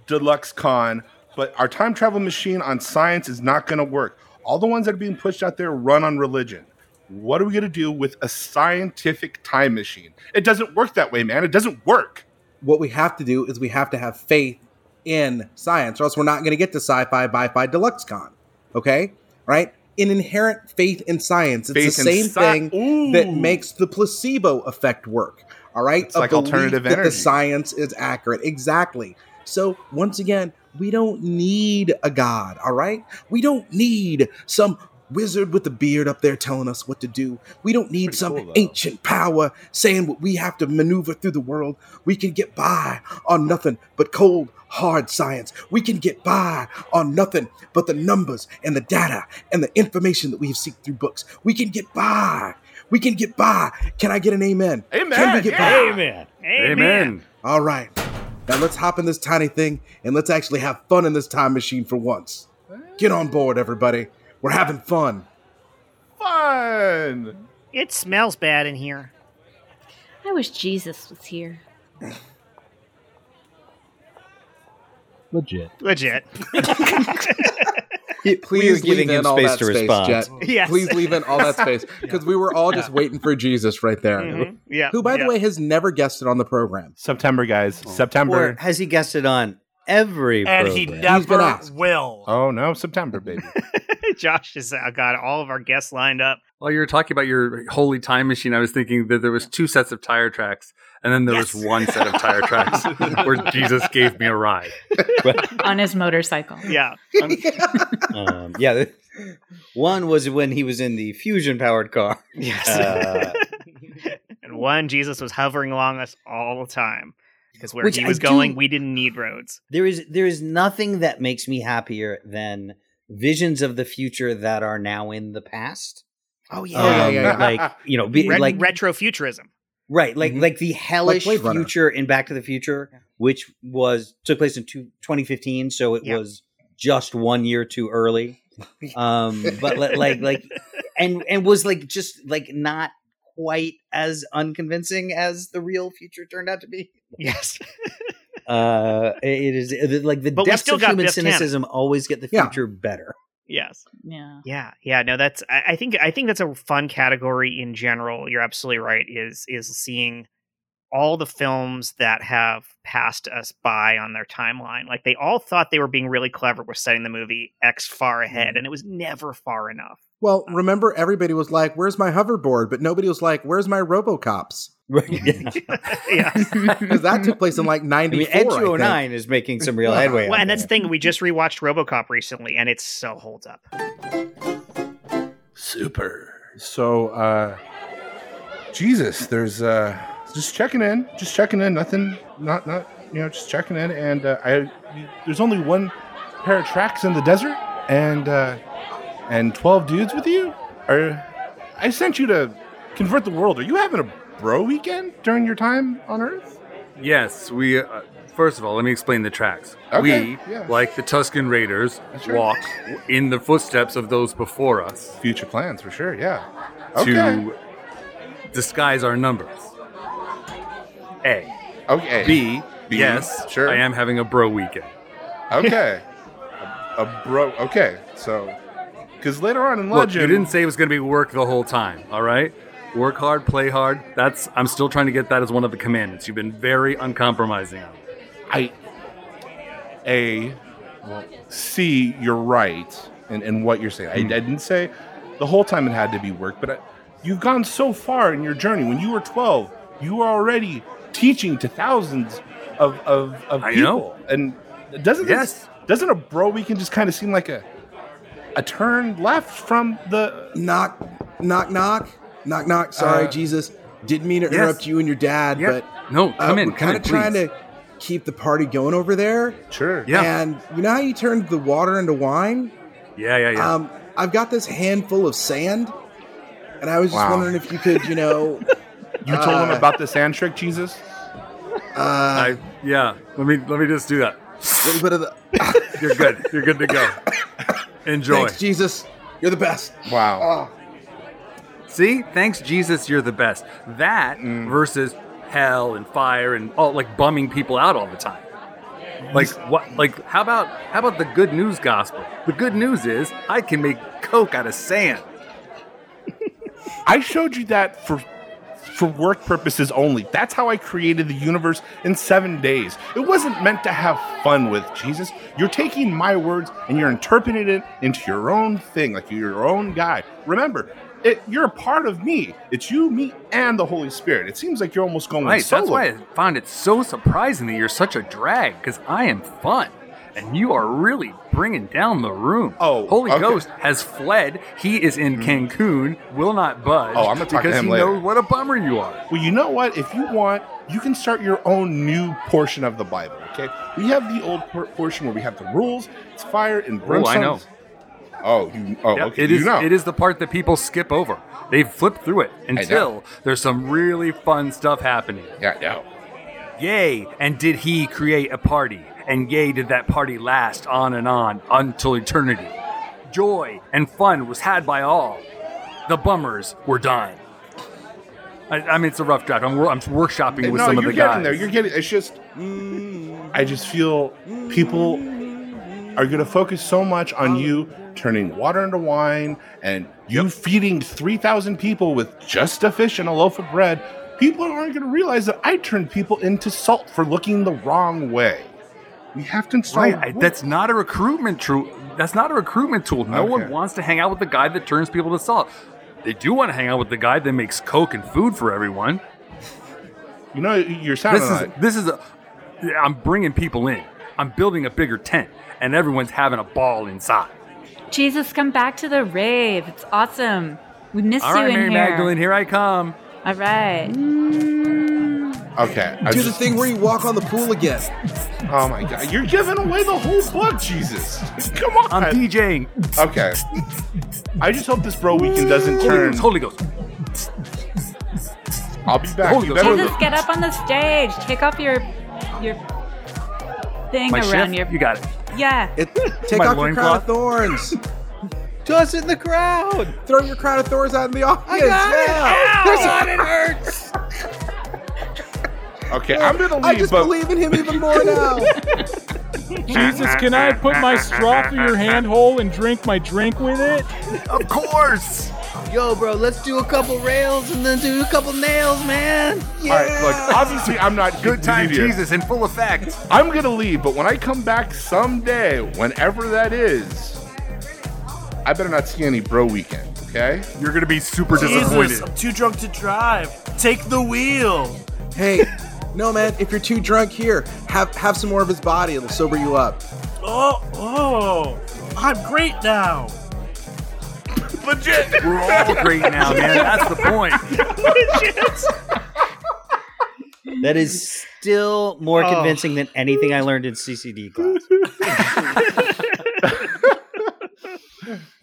S3: Deluxe Con, but our time travel machine on science is not going to work. All the ones that are being pushed out there run on religion. What are we going to do with a scientific time machine? It doesn't work that way, man. It doesn't work.
S9: What we have to do is we have to have faith in science, or else we're not going to get to sci-fi bi-fi deluxe con. Okay, right? An inherent faith in science.
S3: Faith
S9: It's the
S3: in
S9: sci-
S3: sci-
S9: same thing
S3: Ooh.
S9: that makes the placebo effect work. All right,
S3: It's
S9: A
S3: like
S9: belief
S3: alternative
S9: that The
S3: energy.
S9: science is accurate, exactly. So once again, we don't need a god. All right, we don't need some wizard with a beard up there telling us what to do. We don't need
S3: Pretty
S9: some
S3: cool, though.
S9: ancient power saying what we have to maneuver through the world. We can get by on nothing but cold, hard science. We can get by on nothing but the numbers and the data and the information that we have seeked through books. We can get by. We can get by. Can I get an amen?
S3: Amen.
S9: Can we get
S3: yeah.
S9: back?
S6: Amen.
S1: Amen.
S9: All right. Now let's hop in this tiny thing and let's actually have fun in this time machine for once. Get on board, everybody. We're having fun.
S3: Fun.
S1: It smells bad in here.
S14: I wish Jesus was here.
S4: Legit.
S1: Legit.
S6: We are giving him
S9: all
S6: space
S9: that
S6: to respond.
S1: Yes.
S9: Please leave in all that space because we were all just waiting for Jesus right there.
S1: Mhm. Yeah.
S9: Who, by
S1: yeah. Oh.
S9: the way, has never guessed it on the program.
S3: September, guys. September.
S6: Or has he guessed it on every
S8: And he
S6: program?
S9: He's been
S8: never
S9: asked.
S8: will.
S3: Oh no, September, baby.
S1: Josh has uh, got all of our guests lined up.
S5: While you were talking about your holy time machine, I was thinking that there was two sets of tire tracks, and then there was
S1: Yes.
S5: one set of tire tracks where Jesus gave me a ride.
S2: on his motorcycle.
S1: Yeah.
S6: um, yeah. th- One was when he was in the fusion powered car.
S1: Yes.
S6: Uh,
S1: and one, Jesus was hovering along us all the time because where
S6: Which
S1: he
S6: I
S1: was going,
S6: do-
S1: we didn't need roads.
S6: There is there is nothing that makes me happier than visions of the future that are now in the past. Um,
S1: Oh
S9: yeah. yeah, yeah, yeah.
S6: Like you know, be,
S1: Ret-
S6: like
S1: retrofuturism.
S6: right, like
S9: Mhm.
S6: like the hellish
S9: Blade Runner.
S6: future in Back to the Future, which was took place in two, 2015, so it
S1: Yeah.
S6: was just one year too early. Um, but li- like like and and was like just like not quite as unconvincing as the real future turned out to be.
S1: Yes.
S6: Uh, it is it- like the
S1: But we
S6: depths
S1: still
S6: of
S1: got
S6: human
S1: Biff Tannen.
S6: cynicism always get the
S9: Yeah.
S6: future better.
S1: Yes.
S2: Yeah.
S1: Yeah. Yeah. No, that's. I, I think. I think that's a fun category in general. You're absolutely right. Is is seeing all the films that have passed us by on their timeline. Like they all thought they were being really clever with setting the movie X far
S6: Mm-hmm.
S1: ahead, and it was never far enough.
S9: Well, remember, everybody was like, Where's my hoverboard? But nobody was like, Where's my Robocops?
S6: Right.
S1: yeah.
S9: Because that took place in
S6: I
S9: like
S6: mean,
S9: 94.
S6: Ed
S9: I think.
S6: 209 is making some real
S9: Well,
S6: headway.
S1: Well,
S6: on
S1: and that's
S6: that.
S1: the thing. We just rewatched RoboCop recently, and it so holds up.
S3: Super. So, uh, Jesus, there's uh, just checking in, just checking in. Nothing, not not you know, just checking in. And uh, I, there's only one pair of tracks in the desert, and uh, and twelve dudes with you. Are I sent you to convert the world? Are you having a bro weekend during your time on Earth?
S5: Yes, we. Uh, first of all, let me explain the tracks.
S3: Okay,
S5: we,
S3: yeah.
S5: like the Tuscan Raiders,
S3: That's right.
S5: walk in the footsteps of those before us
S3: Future plans for sure. Yeah. Okay.
S5: to disguise our numbers. A.
S3: okay.
S5: B.
S3: B,
S5: Yes,
S3: sure.
S5: I am having a bro weekend.
S3: Okay. a, a bro. Okay. So, because later on in
S5: Look, you
S3: Legend,
S5: didn't say it was going to be work the whole time. All right, work hard, play hard. That's I'm still trying to get that as one of the commandments. You've been very uncompromising on. it.
S3: I A well, C, you're right in, in what you're
S5: Hmm.
S3: saying. I, I didn't say the whole time it had to be work, but I, you've gone so far in your journey. When you were 12, you were already teaching to thousands of, of, of
S5: I
S3: people.
S5: know.
S3: And doesn't this-
S5: Yes.
S3: doesn't a bro weekend just kind of seem like a a turn left from the
S9: Knock, knock, knock, knock, knock. Sorry,
S3: Uh,
S9: Jesus. Didn't mean to
S5: yes.
S9: interrupt you and your dad,
S5: Yeah.
S9: but
S5: No,
S9: uh,
S5: come in.
S9: we're
S5: Come
S9: kind
S5: in,
S9: of trying
S5: please.
S9: to keep the party going over there.
S3: sure
S5: Yeah.
S9: And you know how you turned the water into wine?
S5: Yeah, yeah, yeah.
S9: Um, I've got this handful of sand, and I was just
S3: Wow.
S9: wondering if you could, you know,
S3: You told him
S5: Ah.
S9: Uh,
S3: about the sand trick, Jesus.
S9: uh,
S5: I, yeah. Let me let me just do that.
S9: a little bit of the.
S5: You're good. You're good to go. Enjoy.
S9: Thanks, Jesus. You're the best.
S3: Wow.
S9: Oh,
S5: See, thanks Jesus, you're the best. That
S3: Mm.
S5: versus hell and fire and all like bumming people out all the time. Like what? Like how about how about the good news gospel? The good news is I can make coke out of sand.
S3: I showed you that for for work purposes only. That's how I created the universe in 7 days. It wasn't meant to have fun with, Jesus. You're taking my words and you're interpreting it into your own thing, like you're your own guy. Remember, It, you're a part of me. It's you, me, and the Holy Spirit. It seems like you're almost going
S5: Right,
S3: solo.
S5: that's why I found it so surprising that you're such a drag, because I am fun, and you are really bringing down the room.
S3: Oh,
S5: Holy
S3: okay. Mm.
S5: Ghost has fled. He is in Cancun, will not budge.
S3: Oh, I'm gonna talk to
S5: because
S3: him
S5: he
S3: later.
S5: knows what a bummer you are.
S3: Well, you know what? If you want, you can start your own new portion of the Bible. Okay, we have the old por- portion where we have the rules. It's fire and
S5: Oh, I
S3: brimstone.
S5: know.
S3: Oh, you. Oh,
S5: Yeah,
S3: okay.
S5: it
S3: you
S5: is.
S3: know.
S5: It is the part that people skip over. They flip through it
S3: know.
S5: until there's some really fun stuff happening.
S3: Yeah, no.
S5: Yay! And did he create a party? And yay, did that party last on and on until eternity? Joy and fun was had by all. The bummers were done. I, I mean, it's a rough draft. I'm, wor- I'm workshopping with
S3: no,
S5: some of
S3: you're
S5: the
S3: getting
S5: guys.
S3: there. You're getting. It's just. I just feel people are going to focus so much on you turning water into wine and you feeding three thousand people with just a fish and a loaf of bread. People aren't going to realize that I turned people into salt for looking the wrong way. We have to install.
S5: right. I,
S3: rules.
S5: that's not a recruitment tool. That's not a recruitment tool. No
S3: Okay.
S5: one wants to hang out with the guy that turns people to salt. They do want to hang out with the guy that makes coke and food for everyone.
S3: You know, you're sounding
S5: This is
S3: like
S5: this is a. I'm bringing people in. I'm building a bigger tent, and everyone's having a ball inside.
S14: Jesus, come back to the rave. It's awesome. We missed
S5: All
S14: you
S5: right,
S14: in
S5: Mary
S14: here.
S5: Magdalene, here I come.
S14: All right.
S3: okay. I
S9: Do the
S3: just-
S9: thing where you walk on the pool again.
S3: oh my god, you're giving away the whole book, Jesus! Come on.
S5: I'm DJing.
S3: okay. I just hope this bro weekend doesn't
S5: Holy
S3: turn.
S5: Ghost, Holy Ghost.
S3: I'll be back.
S5: Holy
S3: You
S5: Ghost.
S3: better-
S14: Jesus, get up on the stage. Take off your your thing
S5: My
S14: around
S5: shift.
S14: your
S5: You got it.
S14: yeah.
S9: It, take
S5: My
S9: off your
S5: loincloth.
S9: crown of thorns.
S6: Toss it in the crowd.
S9: Throw your crown of thorns out in the audience. yeah. There's a-
S6: God, it hurts.
S3: Okay, I'm gonna leave.
S9: I just
S3: but
S9: believe in him even more now.
S10: Jesus, can I put my straw through your hand hole and drink my drink with it?
S5: Of course.
S6: Yo, bro, let's do a couple rails and then do a couple nails, man.
S3: all right, look. Obviously, I'm not
S5: Good time,
S3: media.
S5: Jesus, in full effect.
S3: I'm gonna leave, but when I come back someday, whenever that is, I better not see any bro weekend. Okay.
S5: You're gonna be super
S8: Jesus,
S5: disappointed.
S8: I'm too drunk to drive. Take the wheel.
S9: hey, no man, if you're too drunk here, have have some more of his body. It'll sober you up.
S8: Oh, oh, I'm great now.
S3: Legit.
S5: We're all great now, man. That's the point.
S6: That is still more
S1: Oh.
S6: convincing than anything I learned in CCD class.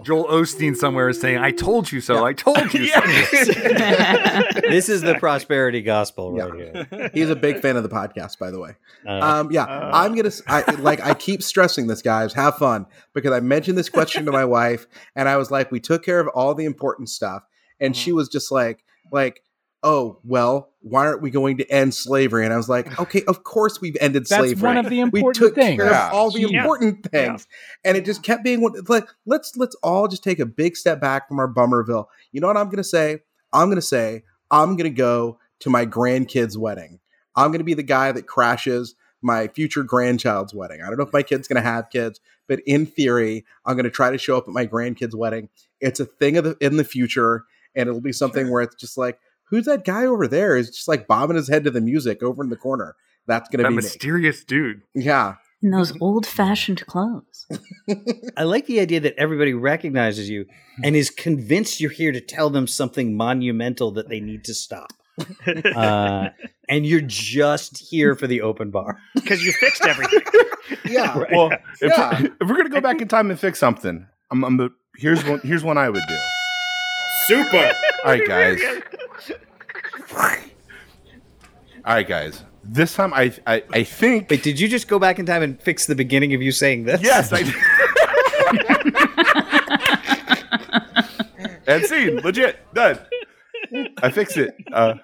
S5: Joel Osteen somewhere is saying, "I told you so. I told you so."
S6: This is the prosperity gospel right here.
S9: He's a big fan of the podcast, by the way.
S6: Uh,
S9: Um, yeah, I'm gonna s- I, like I keep stressing this, guys. Have fun because I mentioned this question to my wife, and I was like, we took care of all the important stuff, and she was just like, like, oh well, why aren't we going to end slavery? And I was like, okay, of course we've ended
S4: That's
S9: slavery.
S4: one of the
S9: we
S4: important
S9: took
S4: things.
S9: care
S3: Yeah.
S9: of all the
S4: Yeah.
S9: important
S1: Yeah.
S9: things, and it just kept being one- it's like let's let's all just take a big step back from our bummerville. You know what I'm gonna say? I'm gonna say I'm gonna go to my grandkids' wedding. I'm gonna be the guy that crashes my future grandchild's wedding. I don't know if my kid's gonna have kids, but in theory, I'm gonna try to show up at my grandkid's wedding. It's a thing of the, in the future, and it'll be something where it's just like, who's that guy over there? Is just like bobbing his head to the music over in the corner. That's gonna
S5: That
S9: be
S5: mysterious dude.
S9: me. Yeah.
S2: In those old-fashioned clothes.
S6: I like the idea that everybody recognizes you and is convinced you're here to tell them something monumental that they need to stop. Uh, and you're just here for the open bar.
S1: because you fixed everything.
S9: Yeah.
S3: Well, if,
S9: Yeah.
S3: if we're gonna go back in time and fix something, I'm, I'm here's one. Here's one I would do.
S10: Super.
S3: All right, guys. All right, guys. This time, I I, I think.
S6: Wait, did you just go back in time and fix the beginning of you saying this?
S3: Yes, I. and scene, legit done. I fixed it. Uh,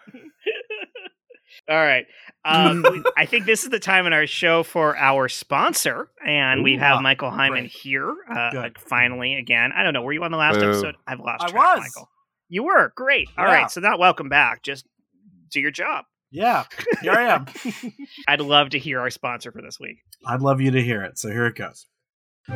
S1: All right. Um, we- I think this is the time in our show for our sponsor, and we
S8: Ooh,
S1: have
S8: ah,
S1: Michael Hyman
S8: great.
S1: here. Uh,
S8: Good.
S1: finally, again. I don't know. Were you on the last
S3: Boo.
S1: episode? I've lost
S8: I
S1: track,
S8: was.
S1: Michael. You were. Great. All
S8: Yeah.
S1: right. So, not welcome back. Just do your job.
S8: Yeah, here I am.
S1: I'd love to hear our sponsor for this week.
S8: I'd love you to hear it. So here it goes.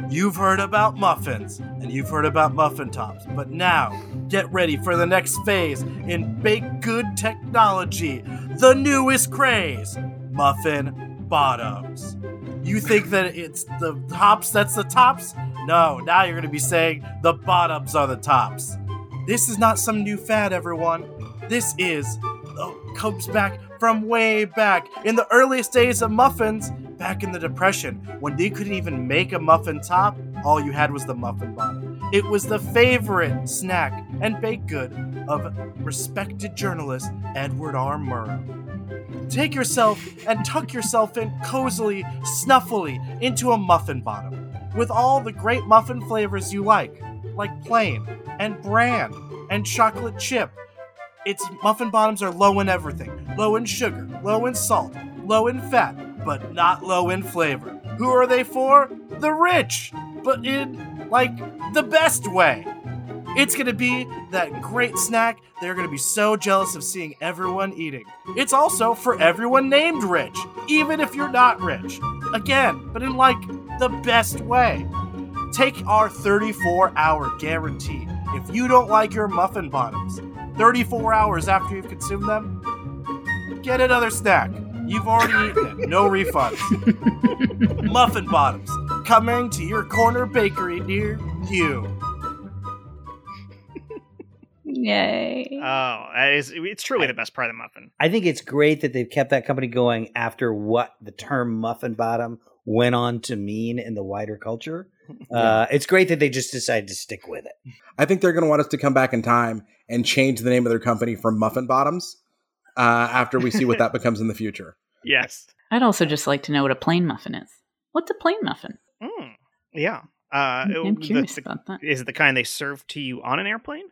S8: You've heard about muffins and you've heard about muffin tops, but now get ready for the next phase in baked good technology, the newest craze muffin bottoms. You think that it's the tops that's the tops? No, now you're going to be saying the bottoms are the tops. This is not some new fad, everyone. This is oh, comes back from way back in the earliest days of muffins back in the depression when they couldn't even make a muffin top all you had was the muffin bottom it was the favorite snack and baked good of respected journalist edward r murrow take yourself and tuck yourself in cozily snuffily into a muffin bottom with all the great muffin flavors you like like plain and bran and chocolate chip its muffin bottoms are low in everything low in sugar, low in salt, low in fat, but not low in flavor. Who are they for? The rich, but in, like, the best way. It's gonna be that great snack they're gonna be so jealous of seeing everyone eating. It's also for everyone named Rich, even if you're not rich. Again, but in, like, the best way. Take our 34 hour guarantee. If you don't like your muffin bottoms, 34 hours after you've consumed them, get another snack. You've already eaten it. No refunds. Muffin Bottoms, coming to your corner bakery near you.
S14: Yay.
S1: Oh, that is, it's truly the best part of the muffin.
S15: I think it's great that they've kept that company going after what the term muffin bottom went on to mean in the wider culture. Uh, it's great that they just decided to stick with it.
S9: I think they're going to want us to come back in time and change the name of their company from Muffin Bottoms uh, after we see what that becomes in the future.
S1: Yes.
S14: I'd also just like to know what a plain muffin is. What's a plain muffin?
S1: Mm, yeah. Uh,
S14: I'm curious about that.
S1: Is it the kind they serve to you on an airplane?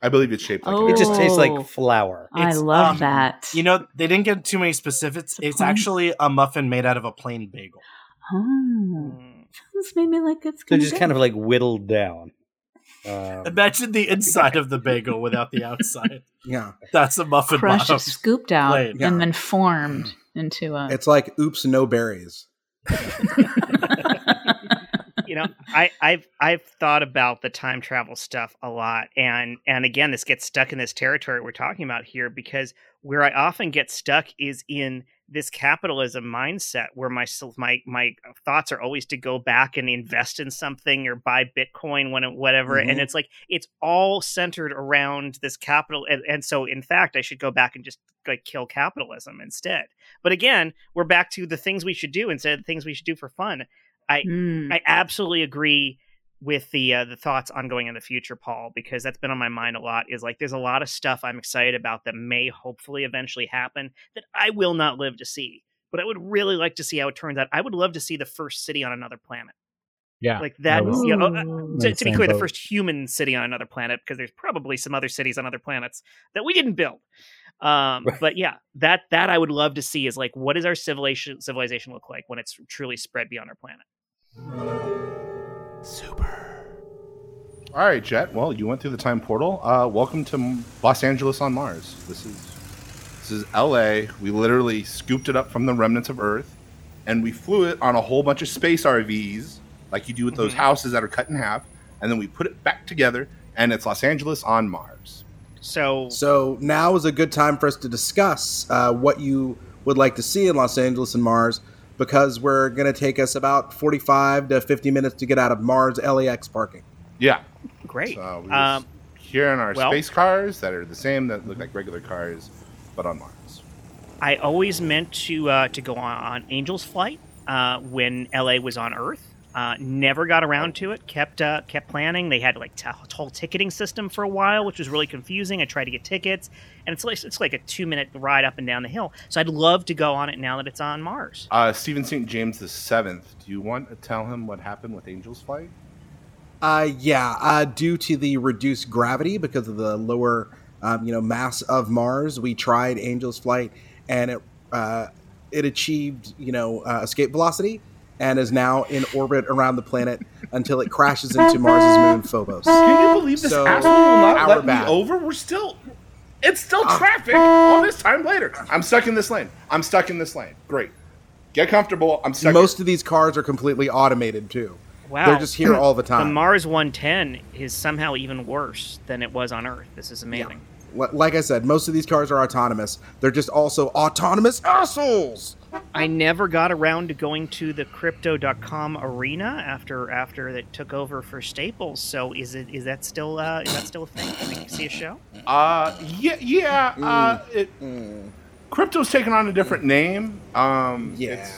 S3: I believe it's shaped like
S14: Oh.
S3: an
S15: It just tastes like flour.
S14: I
S8: It's,
S14: love
S8: um,
S14: that.
S8: You know, they didn't get too many specifics. It's
S14: plain-
S8: actually a muffin made out of a plain bagel.
S14: oh, sounds maybe like it's
S15: They're
S14: gonna
S15: just
S14: go.
S15: kind of like whittled down. Um,
S8: Imagine the inside of the bagel without the outside.
S9: Yeah.
S8: That's a muffin
S14: crushed,
S8: bottom.
S14: scooped out,
S8: Plain.
S14: and then formed into a.
S9: It's like oops, no berries.
S1: you know, I, I've I've thought about the time travel stuff a lot, and and again, this gets stuck in this territory we're talking about here because where I often get stuck is in this capitalism mindset where my s- my my thoughts are always to go back and invest in something or buy Bitcoin when it, whatever, and
S9: Mhm.
S1: it's like it's all centered around this capital, and, and so in fact, I should go back and just like kill capitalism instead. But again, we're back to the things we should do instead of the things we should do for fun.
S14: Mm.
S1: I absolutely agree with the uh, the thoughts on going in the future, Paul, because that's been on my mind a lot. Is like there's a lot of stuff I'm excited about that may hopefully eventually happen that I will not live to see, but I would really like to see how it turns out. I would love to see the first city on another planet,
S4: Yeah.
S1: like that.
S4: I was-
S1: you know, uh,
S14: Ooh.
S1: to,
S4: the
S1: to be
S4: same
S1: clear, the
S4: boat.
S1: first human city on another planet, because there's probably some other cities on other planets that we didn't build. Um,
S15: Right.
S1: But yeah, that that I would love to see is like, what does our civilization civilization look like when it's truly spread beyond our planet?
S3: All right, Jet. Well, you went through the time portal. Uh, welcome to M- Los Angeles on Mars. This is this is L.A. We literally scooped it up from the remnants of Earth, and we flew it on a whole bunch of space RVs, like you do with those
S1: Mm-hmm.
S3: houses that are cut in half, and then we put it back together, and it's Los Angeles on Mars.
S1: So
S9: So now is a good time for us to discuss uh, what you would like to see in Los Angeles and Mars, because we're going to take us about 45 to 50 minutes to get out of Mars LAX parking.
S3: Yeah.
S1: great.
S3: So we
S1: um,
S3: um, here in our
S1: well-
S3: space cars that are the same that look like regular cars, but on Mars.
S1: I always meant to uh, to go on, on Angel's Flight uh, when LA was on Earth. Uh, never got around to it. Kept uh, kept planning. They had like t- whole ticketing system for a while, which was really confusing. I tried to get tickets, and it's like it's like a two minute ride up and down the hill. So I'd love to go on it now that it's on Mars.
S3: Uh, Stephen St. James the Seventh. Do you want to tell him what happened with Angel's Flight?
S9: Uh, yeah, uh, due to the reduced gravity because of the lower, um, you know, mass of Mars, we tried Angel's Flight, and it uh, it achieved you know uh, escape velocity, and is now in orbit around the planet until it crashes into Mars's moon Phobos.
S3: Can you believe this
S9: So,
S3: asshole will not
S9: hour
S3: let
S9: back.
S3: me over? We're still, it's still
S5: Ah.
S3: traffic all this time later. I'm stuck in this lane. I'm stuck in this lane. Great. Get comfortable. I'm stuck.
S9: Most of these cars are completely automated too.
S1: Wow.
S9: They're just here all the time.
S1: The Mars 110 is somehow even worse than it was on Earth. This is amazing.
S9: Li- like I said, most of these cars are autonomous. They're just also autonomous assholes.
S1: I never got around to going to the crypto.com arena after after it took over for Staples. So is it is that still uh, is that still a thing? Can we see a show?
S3: Uh, yeah, yeah. Uh,
S9: Mm.
S3: it, Crypto's taken on a different name. Um, yeah. It's,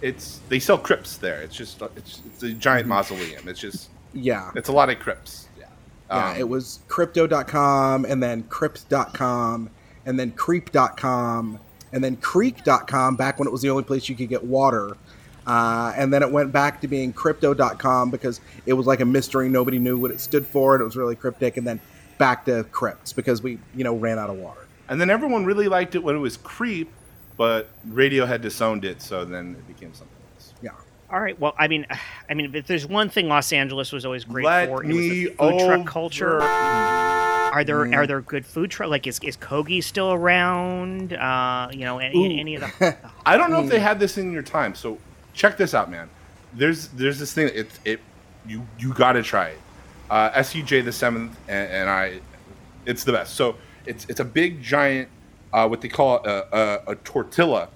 S3: it's they sell crypts there. It's just it's, it's a giant mausoleum. It's just
S9: Mm-hmm. Yeah.
S3: it's a lot of crypts. Yeah.
S9: Yeah,
S3: Um,
S9: it was crypto.com and then crypt.com and then creep.com and then creek.com back when it was the only place you could get water. Uh, and then it went back to being crypto.com because it was like a mystery. Nobody knew what it stood for and it was really cryptic. And then back to crypts because we, you know, ran out of water.
S3: And then everyone really liked it when it was Creep, but Radiohead disowned it, so then it became something else.
S9: Yeah.
S1: All right. Well, I mean, I mean, if there's one thing Los Angeles was always great
S3: Let
S1: for, it was the
S3: me
S1: food truck
S3: over-
S1: culture. Are there
S9: Mm.
S1: are there good food truck? Like, is is Kogi still around? Uh, you know, any,
S3: Ooh.
S1: any of the
S3: I don't know if
S9: Hmm.
S3: they had this in your time, so check this out, man. There's there's this thing it it you you gotta try it. Uh, SUJ the seventh and, and I, it's the best. So it's it's a big giant uh, what they call a, a, a tortilla,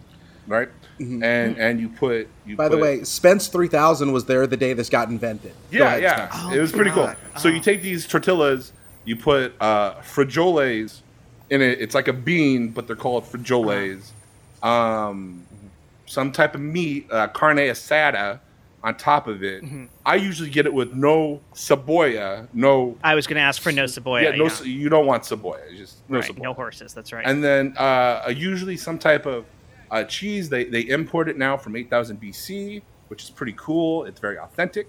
S3: right? And and you put you
S9: Mm-hmm. By the
S3: put-
S9: way, Spence 3000 was there the day this got invented. Go
S3: Yeah,
S9: ahead,
S3: yeah.
S9: Spence.
S1: Oh,
S3: it was pretty cool. So you take these tortillas, you put uh, frijoles in it. It's like a bean, but they're called frijoles.
S1: Uh-huh.
S3: Um, some type of meat, uh, carne asada, on top of it.
S1: Mhm.
S3: I usually get it with no saboya, no.
S1: I was going to ask for no Saboya.
S3: yeah, no. s- You don't want saboya. it's Just no
S1: Right,
S3: saboya.
S1: no horses. That's right.
S3: And then uh, usually some type of uh, cheese. They, they import it now from 8000 BC, which is pretty cool. It's very authentic.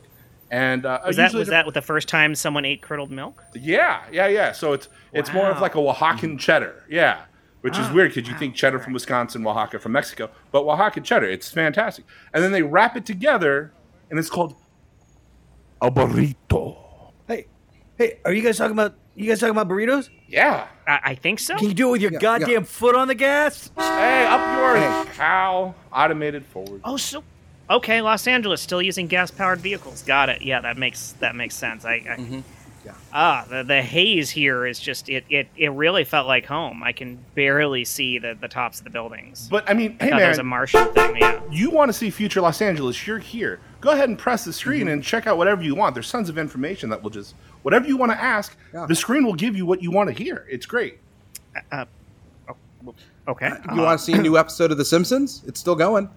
S3: And uh,
S1: was that
S3: usually
S1: was that the first time someone ate curdled milk?
S3: Yeah, yeah, yeah. So it's it's more of
S1: Wow.
S3: like a Oaxacan cheddar. Yeah, which is
S1: Ah,
S3: weird because you think cheddar from Wisconsin, Oaxaca from Mexico, but Oaxacan cheddar. It's fantastic. And then they wrap it together, and it's called a burrito.
S6: Hey, hey, are you guys talking about you guys talking about burritos?
S3: Yeah,
S1: I, I think so.
S6: Can you do it with your
S3: Yeah,
S6: goddamn
S3: yeah.
S6: foot on the gas?
S3: Hey, up yours, cow. Automated forward.
S1: Oh, so okay, Los Angeles still using gas-powered vehicles. Got it. Yeah, that makes that makes sense. I, I
S3: Mm-hmm.
S1: ah, the, the haze here is just it, it it really felt like home. I can barely see the, the tops of the buildings.
S3: But I mean,
S1: I
S3: hey
S1: thought that was
S3: man,
S1: a Martian thing. Yeah.
S3: you want to see future Los Angeles? You're here. Go ahead and press the screen and check out whatever you want. There's tons of information that will just whatever you want to ask. The screen will give you what you want to hear. It's great. Uh,
S1: Uh, okay.
S9: You want to see a new episode of The Simpsons? It's still going.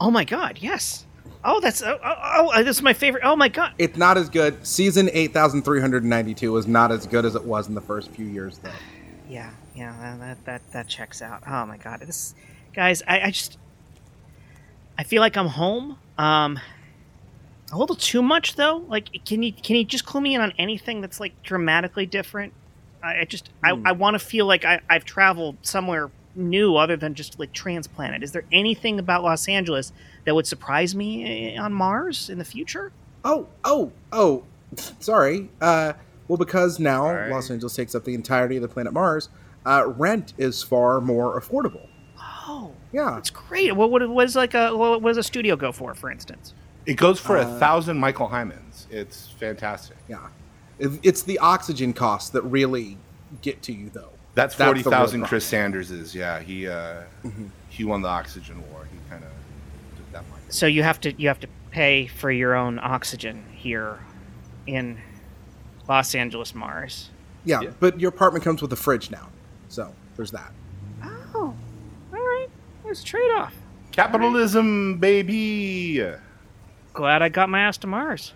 S1: Oh my God! Yes. Oh, that's oh, oh, oh this is my favorite. Oh my God!
S9: It's not as good. Season 8,392 is not as good as it was in the first few years, though.
S1: Yeah, yeah, that- that that that checks out. Oh my god, this guys, I, I just I feel like I'm home. Um, a little too much though. Like, can you can you just clue me in on anything that's like dramatically different? I, I just
S9: Hmm.
S1: I, I want to feel like I, I've traveled somewhere new other than just like transplanted. Is there anything about Los Angeles that would surprise me eh, on Mars in the future?
S9: Oh, oh, oh, sorry. Uh, well, because now Los Angeles takes up the entirety of the planet Mars, uh, rent is far more affordable.
S1: Oh,
S9: yeah,
S1: it's great. What would was like a what does a studio go for, for instance?
S3: It goes for a
S9: Uh,
S3: thousand Michael Hymans. It's fantastic.
S9: Yeah, It- It's the oxygen costs that really get to you, though.
S3: that's
S9: the
S3: forty
S9: real
S3: thousand.
S9: problem.
S3: Chris Sanders is yeah. He uh, he won the oxygen war. He kind of did that one.
S1: so you have to you have to pay for your own oxygen here in Los Angeles, Mars.
S9: Yeah, but your apartment comes with a fridge now, so there's that.
S1: Oh, all right. There's a trade off.
S3: Capitalism, baby.
S1: Glad I got my ass to Mars.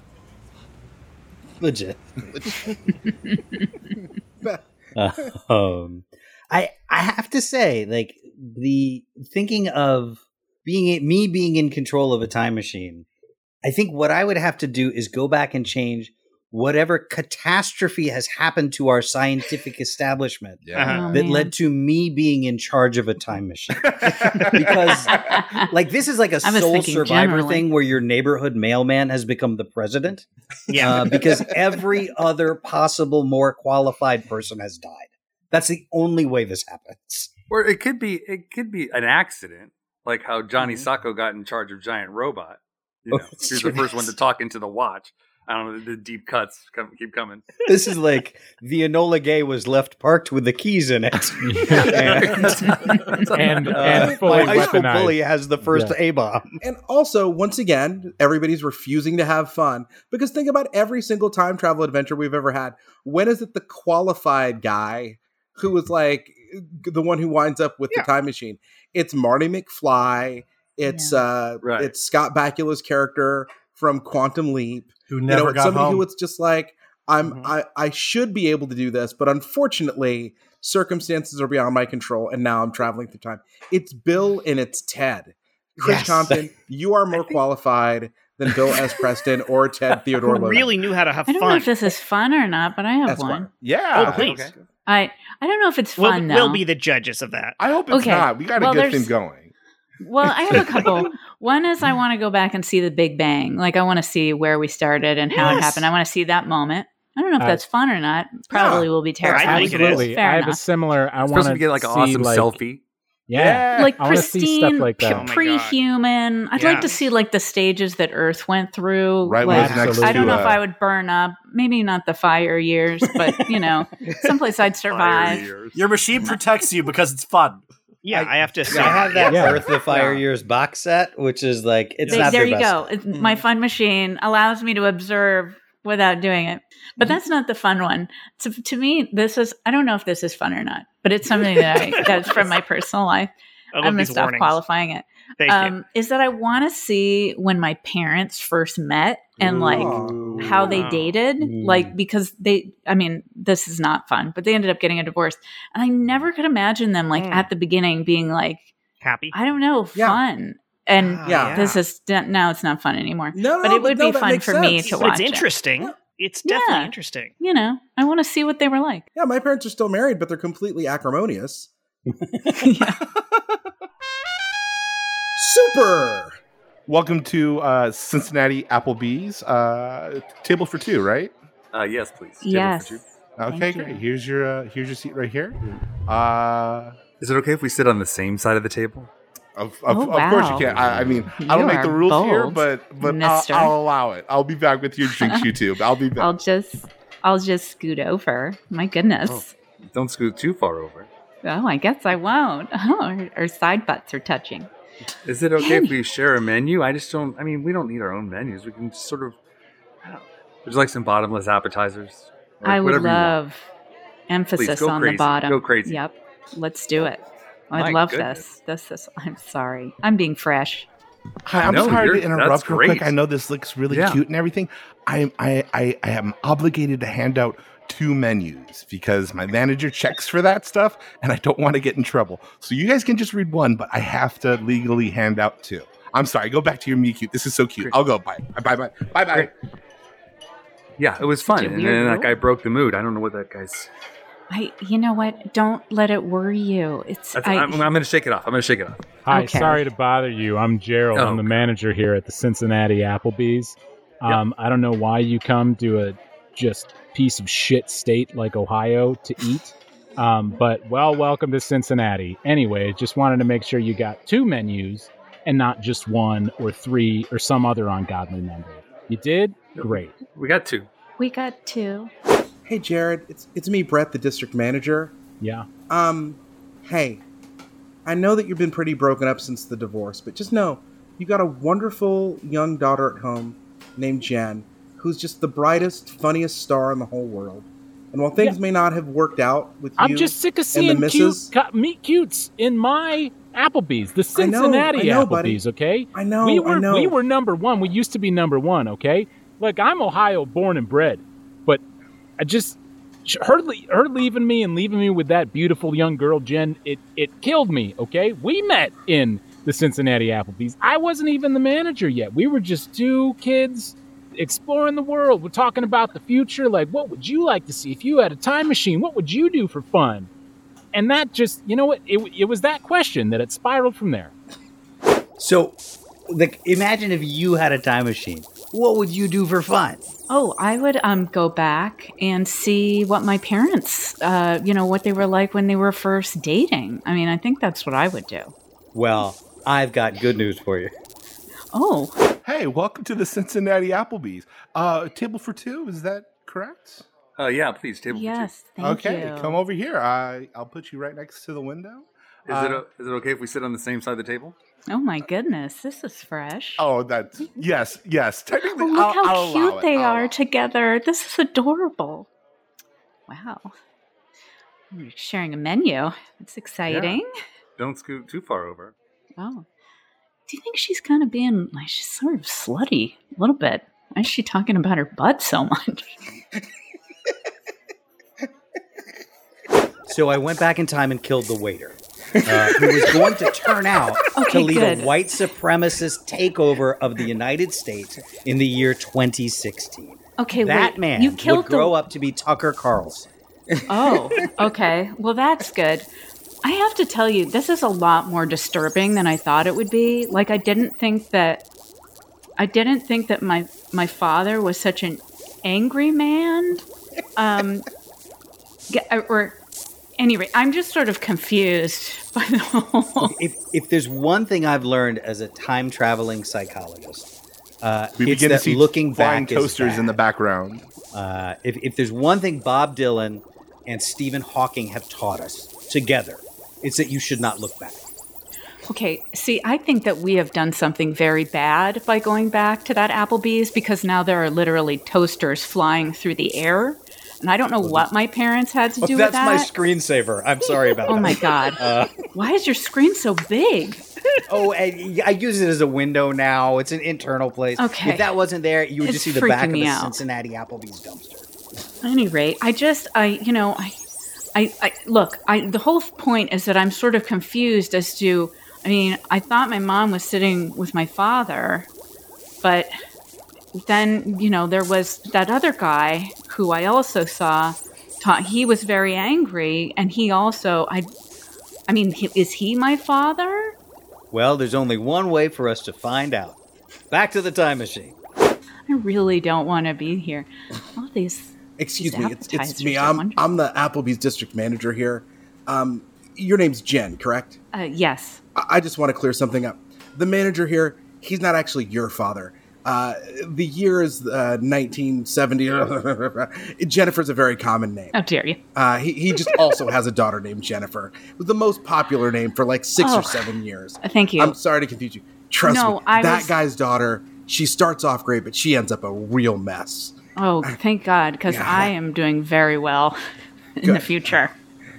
S15: Legit.
S9: Uh,
S15: um, I I have to say, like the thinking of being me being in control of a time machine, I think what I would have to do is go back and change whatever catastrophe has happened to our scientific establishment
S6: Yeah. Oh,
S15: that
S6: man.
S15: led to me being in charge of a time machine because like this is like a
S6: I was
S15: soul
S6: thinking
S15: survivor
S6: generally.
S15: thing where your neighborhood mailman has become the president Uh,
S1: yeah
S15: because every other possible more qualified person has died that's the only way this happens
S5: Or it
S3: Mm-hmm.
S5: could be it could be an accident, like how Johnny Sacco got in charge of Giant Robot. You
S3: Oh,
S5: know, she's the first one to talk into the watch. I don't know. The deep cuts come, keep coming.
S15: This is like the Enola Gay was left parked with the keys in it, and, Uh,
S4: And- and fully
S15: my high school
S4: weaponized.
S15: bully has the first
S9: Yeah.
S15: A bomb.
S9: And also, once again, everybody's refusing to have fun because think about every single time travel adventure we've ever had. When is it the qualified guy who was like the one who winds up with the time machine? It's Marty McFly. It's uh, it's Scott Bakula's character from Quantum Leap
S8: Who never
S9: it's
S8: got
S9: somebody
S8: home. Mm-hmm.
S9: who was just like I'm I I should be able to do this, but unfortunately circumstances are beyond my control, and now I'm traveling through time. It's Bill and it's Ted. Chris
S1: Yes.
S9: Compton, you are more qualified than Bill S. Preston or Ted Theodore.
S1: Who
S9: Logan.
S1: really knew how to have
S2: I don't know
S1: fun.
S2: if this is fun or not, but I have
S9: Esquire.
S2: one.
S3: Yeah.
S1: Oh, please.
S2: I I don't know if it's
S1: We'll,
S2: fun though.
S1: we'll be the judges of that.
S3: I hope
S2: it's Okay. not. We gotta Well, get there's- thing
S3: going.
S2: Well, I have a couple. One is I want to go back and see the Big Bang. Like I want to see where we started and how it
S1: Yes.
S2: happened. I want to see that moment. I don't know if
S4: Uh,
S2: that's fun or not. Probably will be terrifying.
S4: Absolutely.
S2: Fair
S4: I have a
S2: enough.
S4: similar. I
S5: Supposed
S4: want
S5: to
S4: to
S5: get, like, an
S4: see,
S5: awesome
S4: like-
S5: selfie.
S4: Yeah.
S2: like
S4: I wanna see stuff
S2: pristine,
S4: like
S2: pu-
S4: that.
S2: pre-human. I'd
S1: Oh Yeah.
S2: like to see like the stages that Earth went through.
S3: Right when
S2: like,
S3: it's next
S2: I don't
S3: to,
S2: know if
S3: uh,
S2: I would burn up. Maybe not the fire years, but you know, someplace I'd survive.
S8: Your machine protects you because it's fun.
S1: Yeah, I, have to say.
S15: I have that
S4: Yeah.
S15: Earth the Fire Years box set, which is like it's
S2: They-
S15: not
S2: there
S15: their
S2: you
S15: best.
S2: go. It's My fun machine allows me to observe without doing it. But that's not the fun one. To, to me, this is, I don't know if this is fun or not, but it's something that I, that's from my personal life.
S1: I
S2: I
S1: love
S2: missed
S1: these
S2: off
S1: warnings.
S2: qualifying it. Um,
S1: Thank you.
S2: Is that I want to see when my parents first met and
S9: Ooh. Mm.
S2: like how they
S1: Wow.
S2: dated, like because they, I mean, this is not fun, but they ended up getting a divorce. And I never could imagine them like at the beginning being like,
S1: Mm. Happy.
S2: I don't know, fun. And
S1: Ah,
S2: yeah,
S1: yeah.
S2: this is now it's not fun anymore.
S9: No, no,
S2: but
S9: no,
S2: it would
S9: no,
S2: be
S9: that
S2: fun
S9: makes
S2: for me
S9: sense.
S2: to
S1: But
S2: watch.
S1: it's
S2: it.
S1: interesting. It's definitely
S2: Yeah.
S1: interesting.
S2: You know, I want to see what they were like.
S9: Yeah, my parents are still married, but they're completely acrimonious. Super.
S3: Welcome to uh, Cincinnati Applebee's. Uh, table for two, right?
S5: Uh, yes, please. Table for
S2: Yes.
S5: two.
S3: Okay,
S2: Thank you. Oh,
S3: great. Here's your uh, here's your seat right here. Uh,
S5: Is it okay if we sit on the same side of the table?
S3: Of, of,
S2: Oh,
S3: of course you
S2: wow.
S3: can. I, I mean, I
S2: You
S3: don't make the
S2: are
S3: rules here,
S2: bold,
S3: but but I'll,
S2: mister.
S3: I'll allow it. I'll be back with your drinks, YouTube. I'll be back.
S2: I'll just, I'll just scoot over. My goodness.
S5: Oh, don't scoot too far over.
S2: Oh, I guess I won't. Oh, our, our side butts are touching.
S5: Is it okay if we share a menu? I just don't. I mean, we don't need our own menus. We can just sort of. There's like some bottomless appetizers. or
S2: I would
S5: whatever you want.
S2: love emphasis
S5: go
S2: on
S5: crazy.
S2: the bottom.
S5: Go crazy.
S2: Yep. Let's do it. I
S5: My
S2: would love
S5: goodness.
S2: this. This is, I'm sorry. I'm being fresh.
S3: Hi, I'm
S5: No,
S3: sorry to
S5: you're-
S3: interrupt
S5: that's
S3: real quick.
S5: great.
S3: I know this looks really
S5: Yeah.
S3: cute and everything. I, I I I am obligated to hand out two menus because my manager checks for that stuff, and I don't want to get in trouble. So you guys can just read one, but I have to legally hand out two. I'm sorry. Go back to your me cute. This is so cute. I'll go. Bye. Bye. Bye. Bye. Bye.
S5: Yeah, it was fun,
S2: a
S5: and
S2: weird
S5: then that
S2: rule.
S5: guy broke the mood. I don't know what that guy's.
S2: I, you know what? Don't let it worry you. It's
S5: That's,
S2: I,
S5: I, am I'm gonna shake it off. I'm gonna shake it off.
S4: Hi,
S2: Okay.
S4: sorry to bother you. I'm Gerald.
S5: Oh,
S4: I'm the manager here at the Cincinnati Applebee's. Um, I don't know why you come to a just piece of shit state like Ohio to eat, um, but well, welcome to Cincinnati. Anyway, just wanted to make sure you got two menus and not just one or three or some other ungodly number. You did? Great.
S5: We got two.
S2: we got two.
S9: Hey, Jared. It's it's me, Brett, the district manager.
S4: Yeah.
S9: Um, hey, I know that you've been pretty broken up since the divorce, but just know you got a wonderful young daughter at home named Jen, who's just the brightest, funniest star in the whole world. And while things
S4: Yeah.
S9: may not have worked out with
S4: I'm
S9: you
S4: just sick of
S9: and
S4: seeing
S9: the
S4: cute
S9: missus,
S4: cu- meat cutes in my Applebee's, the
S9: I know,
S4: Cincinnati
S9: I know, buddy.
S4: Applebee's. Okay,
S9: I know,
S4: we
S9: I
S4: were
S9: know.
S4: we were number one. We used to be number one. Okay, like I'm Ohio born and bred, but I just sh- her le- her leaving me and leaving me with that beautiful young girl Jen. It it killed me. Okay, we met in the Cincinnati Applebee's. I wasn't even the manager yet. We were just two kids exploring the world. We're talking about the future. Like, what would you like to see if you had a time machine? What would you do for fun? and that just you know what it, it was that question that it spiraled from there
S15: So, like, imagine if you had a time machine. What would you do for fun?
S2: Oh, I would um go back and see what my parents, uh, you know, what they were like when they were first dating. I mean, I think that's what I would do.
S15: Well, I've got good news for you.
S2: Oh.
S3: Hey, welcome to the Cincinnati Applebee's. Uh, table for two, is that correct?
S5: Oh yeah, please table.
S2: Yes,
S5: for two.
S2: thank
S3: okay,
S2: you.
S3: come over here. I I'll put you right next to the window.
S5: Is it
S3: Uh,
S5: o- is it okay if we sit on the same side of the table?
S2: Oh my goodness, this is fresh.
S3: Oh, that's yes, yes. Technically,
S2: Oh, look
S3: I'll-
S2: how
S3: I'll allow
S2: cute
S3: it.
S2: they
S3: I'll-
S2: are together. This is adorable. Wow. We're sharing a menu. It's exciting.
S5: Don't scoot too far over.
S2: Oh. Do you think she's kind of being like she's sort of slutty a little bit? Why is she talking about her butt so much?
S15: So I went back in time and killed the waiter, uh, who was going to turn out
S2: Okay,
S15: to lead
S2: good.
S15: a white supremacist takeover of the United States in the year 2016.
S2: Okay,
S15: that
S2: wait,
S15: man
S2: you killed
S15: would grow
S2: the-
S15: up to be Tucker Carlson.
S2: Oh, okay. Well, that's good. I have to tell you, this is a lot more disturbing than I thought it would be. Like I didn't think that I didn't think that my my father was such an angry man. Um ge- or anyway, I'm just sort of confused by the whole
S15: If if there's one thing I've learned as a time traveling psychologist, uh,
S3: We
S15: it's
S3: begin to
S15: that
S3: see
S15: looking
S3: flying
S15: back is
S3: toasters in the background.
S15: Uh, if, if there's one thing Bob Dylan and Stephen Hawking have taught us together, it's that you should not look back.
S2: Okay, see, I think that we have done something very bad by going back to that Applebee's because now there are literally toasters flying through the air. And I don't know what my parents had to do with
S15: Oh, That's
S2: that.
S15: my screensaver. I'm sorry about
S2: Oh
S15: that.
S2: my God.
S15: Uh,
S2: Why is your screen so big?
S15: oh, and I use it as a window now. It's an internal place.
S2: Okay.
S15: If that wasn't there, you would
S2: It's
S15: just see the back
S2: freaking
S15: of
S2: me
S15: the
S2: out.
S15: Cincinnati Applebee's dumpster.
S2: At any rate, I just, I, you know, I, I, I look, I, the whole point is that I'm sort of confused as to, I mean, I thought my mom was sitting with my father, but then, you know, there was that other guy who I also saw, ta- he was very angry, and he also, I, I mean, he- is he my father?
S15: Well, there's only one way for us to find out. Back to the time machine.
S2: I really don't want to be here. All these,
S12: Excuse
S2: these
S12: me, it's, it's
S2: appetizers
S12: me.
S2: are
S12: I'm, I'm the Applebee's district manager here. Um, your name's Jen, correct?
S2: Uh, yes.
S12: I, I just want to clear something up. The manager here, he's not actually your father. Uh, the year is uh, 1970. Jennifer's a very common name.
S2: How dare you?
S12: Uh, he, he just also has a daughter named Jennifer. It was the most popular name for like six
S2: Oh,
S12: or seven years.
S2: thank you.
S12: I'm sorry to confuse you. Trust
S2: No,
S12: me,
S2: I
S12: that
S2: was-
S12: guy's daughter, she starts off great, but she ends up a real mess.
S2: Oh, thank God, because
S12: Yeah.
S2: I am doing very well in the future.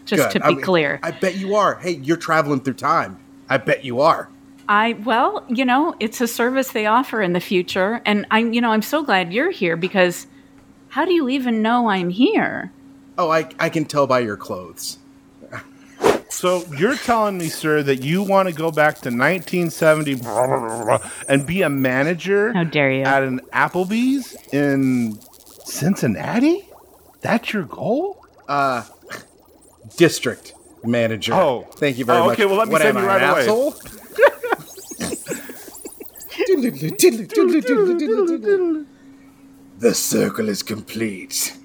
S2: Just
S12: Good.
S2: to be
S12: I mean,
S2: clear,
S12: I bet you are. Hey, you're traveling through time. I bet you are.
S2: I well, you know, it's a service they offer in the future, and I'm, you know, I'm so glad you're here because how do you even know I'm here?
S12: Oh, I, I can tell by your clothes.
S3: So you're telling me, sir, that you want to go back to 1970 blah, blah, blah, blah, and be a manager? How
S2: dare you?
S3: At an Applebee's in Cincinnati? That's your goal?
S12: Uh, district manager.
S3: Oh,
S12: thank you very
S3: Oh,
S12: much.
S3: okay, well, let me
S12: What
S3: send
S12: am
S3: you
S12: I, an
S3: right away.
S12: asshole? The circle is complete.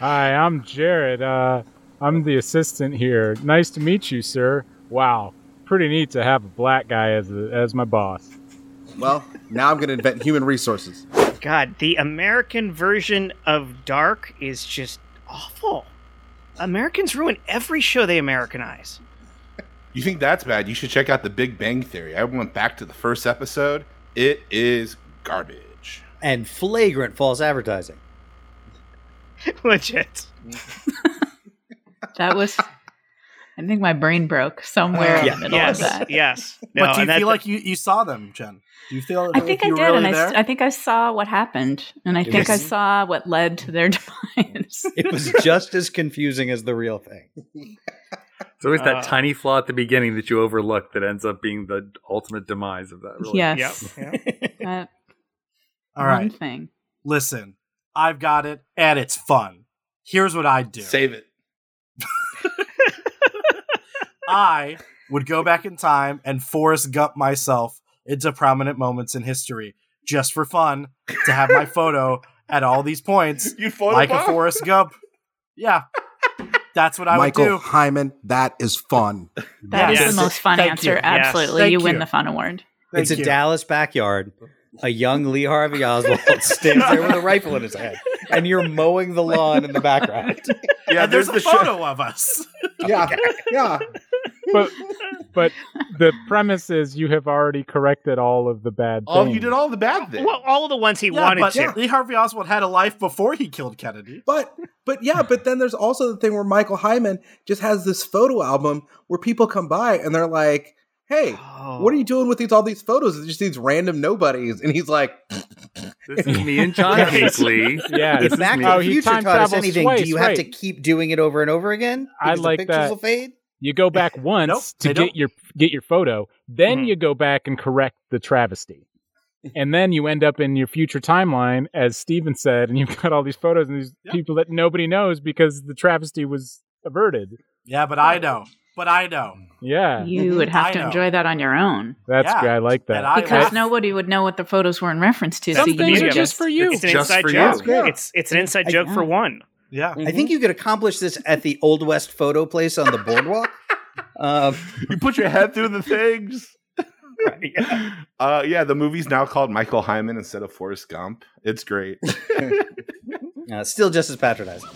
S4: Hi, I'm Jared. Uh, I'm the assistant here. Nice to meet you, sir. Wow, pretty neat to have a black guy as a, as my boss.
S12: Well, now I'm going to invent human resources.
S1: God, the American version of Dark is just awful. Americans ruin every show they Americanize.
S3: You think that's bad? You should check out The Big Bang Theory. I went back to the first episode. It is garbage.
S15: And flagrant false advertising.
S1: Legit.
S2: That was, I think my brain broke somewhere in the middle
S1: yes,
S2: of that.
S1: yes. No,
S8: But do
S1: and
S8: you
S1: that-
S8: feel like you, you saw them, Jen? Do you feel?
S2: I think I
S8: you
S2: did,
S8: were
S2: and
S8: really
S2: I, s-
S8: there?
S2: I think I saw what happened, and I
S15: It
S2: think I
S15: was-
S2: saw what led to their demise.
S15: It was just as confusing as the real thing.
S5: It's always that
S2: Uh.
S5: tiny flaw at the beginning that you overlook that ends up being the ultimate demise of that. Really.
S2: Yes. That one
S8: All right.
S2: thing.
S8: Listen, I've got it, and it's fun. Here's what I do.
S3: Save it.
S8: I would go back in time and Forrest Gump myself into prominent moments in history just for fun to have my photo at all these points
S3: You
S8: like a
S3: photobomb?
S8: Forrest Gump. Yeah. That's what I
S12: Michael
S8: would do.
S12: Hyman, that is fun.
S2: That is the most fun
S8: Thank
S2: answer.
S8: you.
S2: Absolutely.
S8: Yes.
S2: You
S8: Thank
S2: win
S8: you.
S2: the fun award.
S15: it's a Dallas backyard. A young Lee Harvey Oswald stands there with a rifle in his hand, and you're mowing the lawn in the background.
S8: Yeah, and
S15: there's
S8: there's, a
S15: the sh-
S8: photo of us.
S12: Yeah, yeah.
S4: but but the premise is you have already corrected all of the bad
S8: Oh, you
S4: things.
S8: did
S12: all the bad things.
S1: Well, all of the ones he
S8: yeah,
S1: wanted
S8: but
S1: to.
S8: Lee Harvey Oswald had a life before he killed Kennedy.
S12: But
S9: but yeah, but then there's also the thing where Michael Hyman just has this photo album where people come by and they're like, "Hey,
S3: Oh.
S9: what are you doing with these all these photos? It's just these random nobodies." And he's like,
S5: This is me and John Hinckley.
S4: Yeah,
S5: this
S15: If
S5: is
S15: Back
S5: me.
S15: to the Future taught us anything, do you have to keep doing it over and over again?
S4: I
S15: Because
S4: like
S15: the pictures
S4: that.
S15: will fade.
S4: You go back once
S15: they
S4: to get
S15: don't. Mm-hmm.
S4: your get your photo, then you go back and correct the travesty. And then you end up in your future timeline, as Steven said, and you've got all these photos and these people that nobody knows because the travesty was averted.
S8: Yeah, but I know. But I know.
S4: Yeah.
S2: You would have
S8: I
S2: to
S8: know.
S2: enjoy that on your own.
S4: That's
S8: Yeah.
S4: good. I like that.
S8: And I
S2: because
S8: laugh.
S2: nobody would know what the photos were in reference to.
S4: Some
S2: so you
S4: things
S2: could
S4: are just for you.
S1: It's an
S4: Just
S1: inside
S4: for you.
S1: joke.
S4: Yeah.
S1: It's it's an inside joke for one.
S8: Yeah.
S5: Mm-hmm.
S15: I think you could accomplish this at the Old West photo place on the boardwalk. Um,
S3: you put your head through the things. Uh, yeah, the movie's now called Michael Hyman instead of Forrest Gump. It's great.
S15: no, it's still just as patronizing.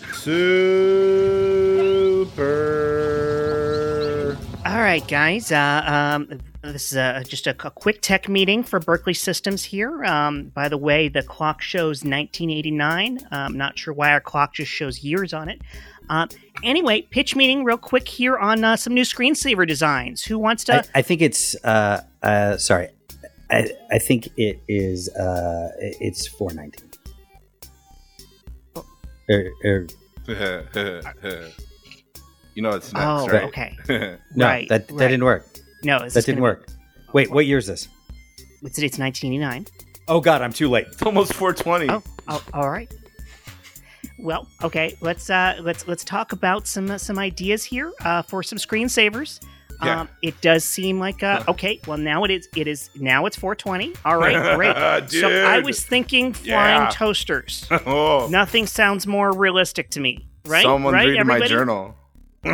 S3: Super.
S1: All right, guys. Uh, um, this is uh just a, a quick tech meeting for Berkeley Systems here. Um, by the way, the clock shows 1989. I'm not sure why our clock just shows years on it. Uh, anyway, pitch meeting real quick here on uh, some new screensaver designs. Who wants to?
S15: I, I think it's uh, uh, sorry. I, I think it is uh, it- it's four nineteen.
S1: Oh.
S15: Er, er,
S3: you know it's next,
S1: Oh,
S3: right?
S1: okay.
S15: no,
S1: Right,
S15: that that
S1: right.
S15: didn't work.
S1: No, it's
S15: that
S1: just
S15: didn't
S1: gonna-
S15: work. Wait, what year is this?
S1: It's, it's 1989.
S15: Oh God, I'm too late.
S3: it's almost 420.
S1: Oh, oh, all right. Well, okay. Let's uh, let's let's talk about some uh, some ideas here uh, for some screensavers.
S3: Yeah. Uh-huh.
S1: Um, it does seem like uh, okay. Well, now it is. It is now. It's 420. All right, great. so I
S3: Dude.
S1: was thinking flying
S3: Yeah.
S1: toasters.
S3: Oh.
S1: Nothing sounds more realistic to me. Right?
S3: Someone
S1: right?
S3: reading
S1: Everybody?
S3: my journal.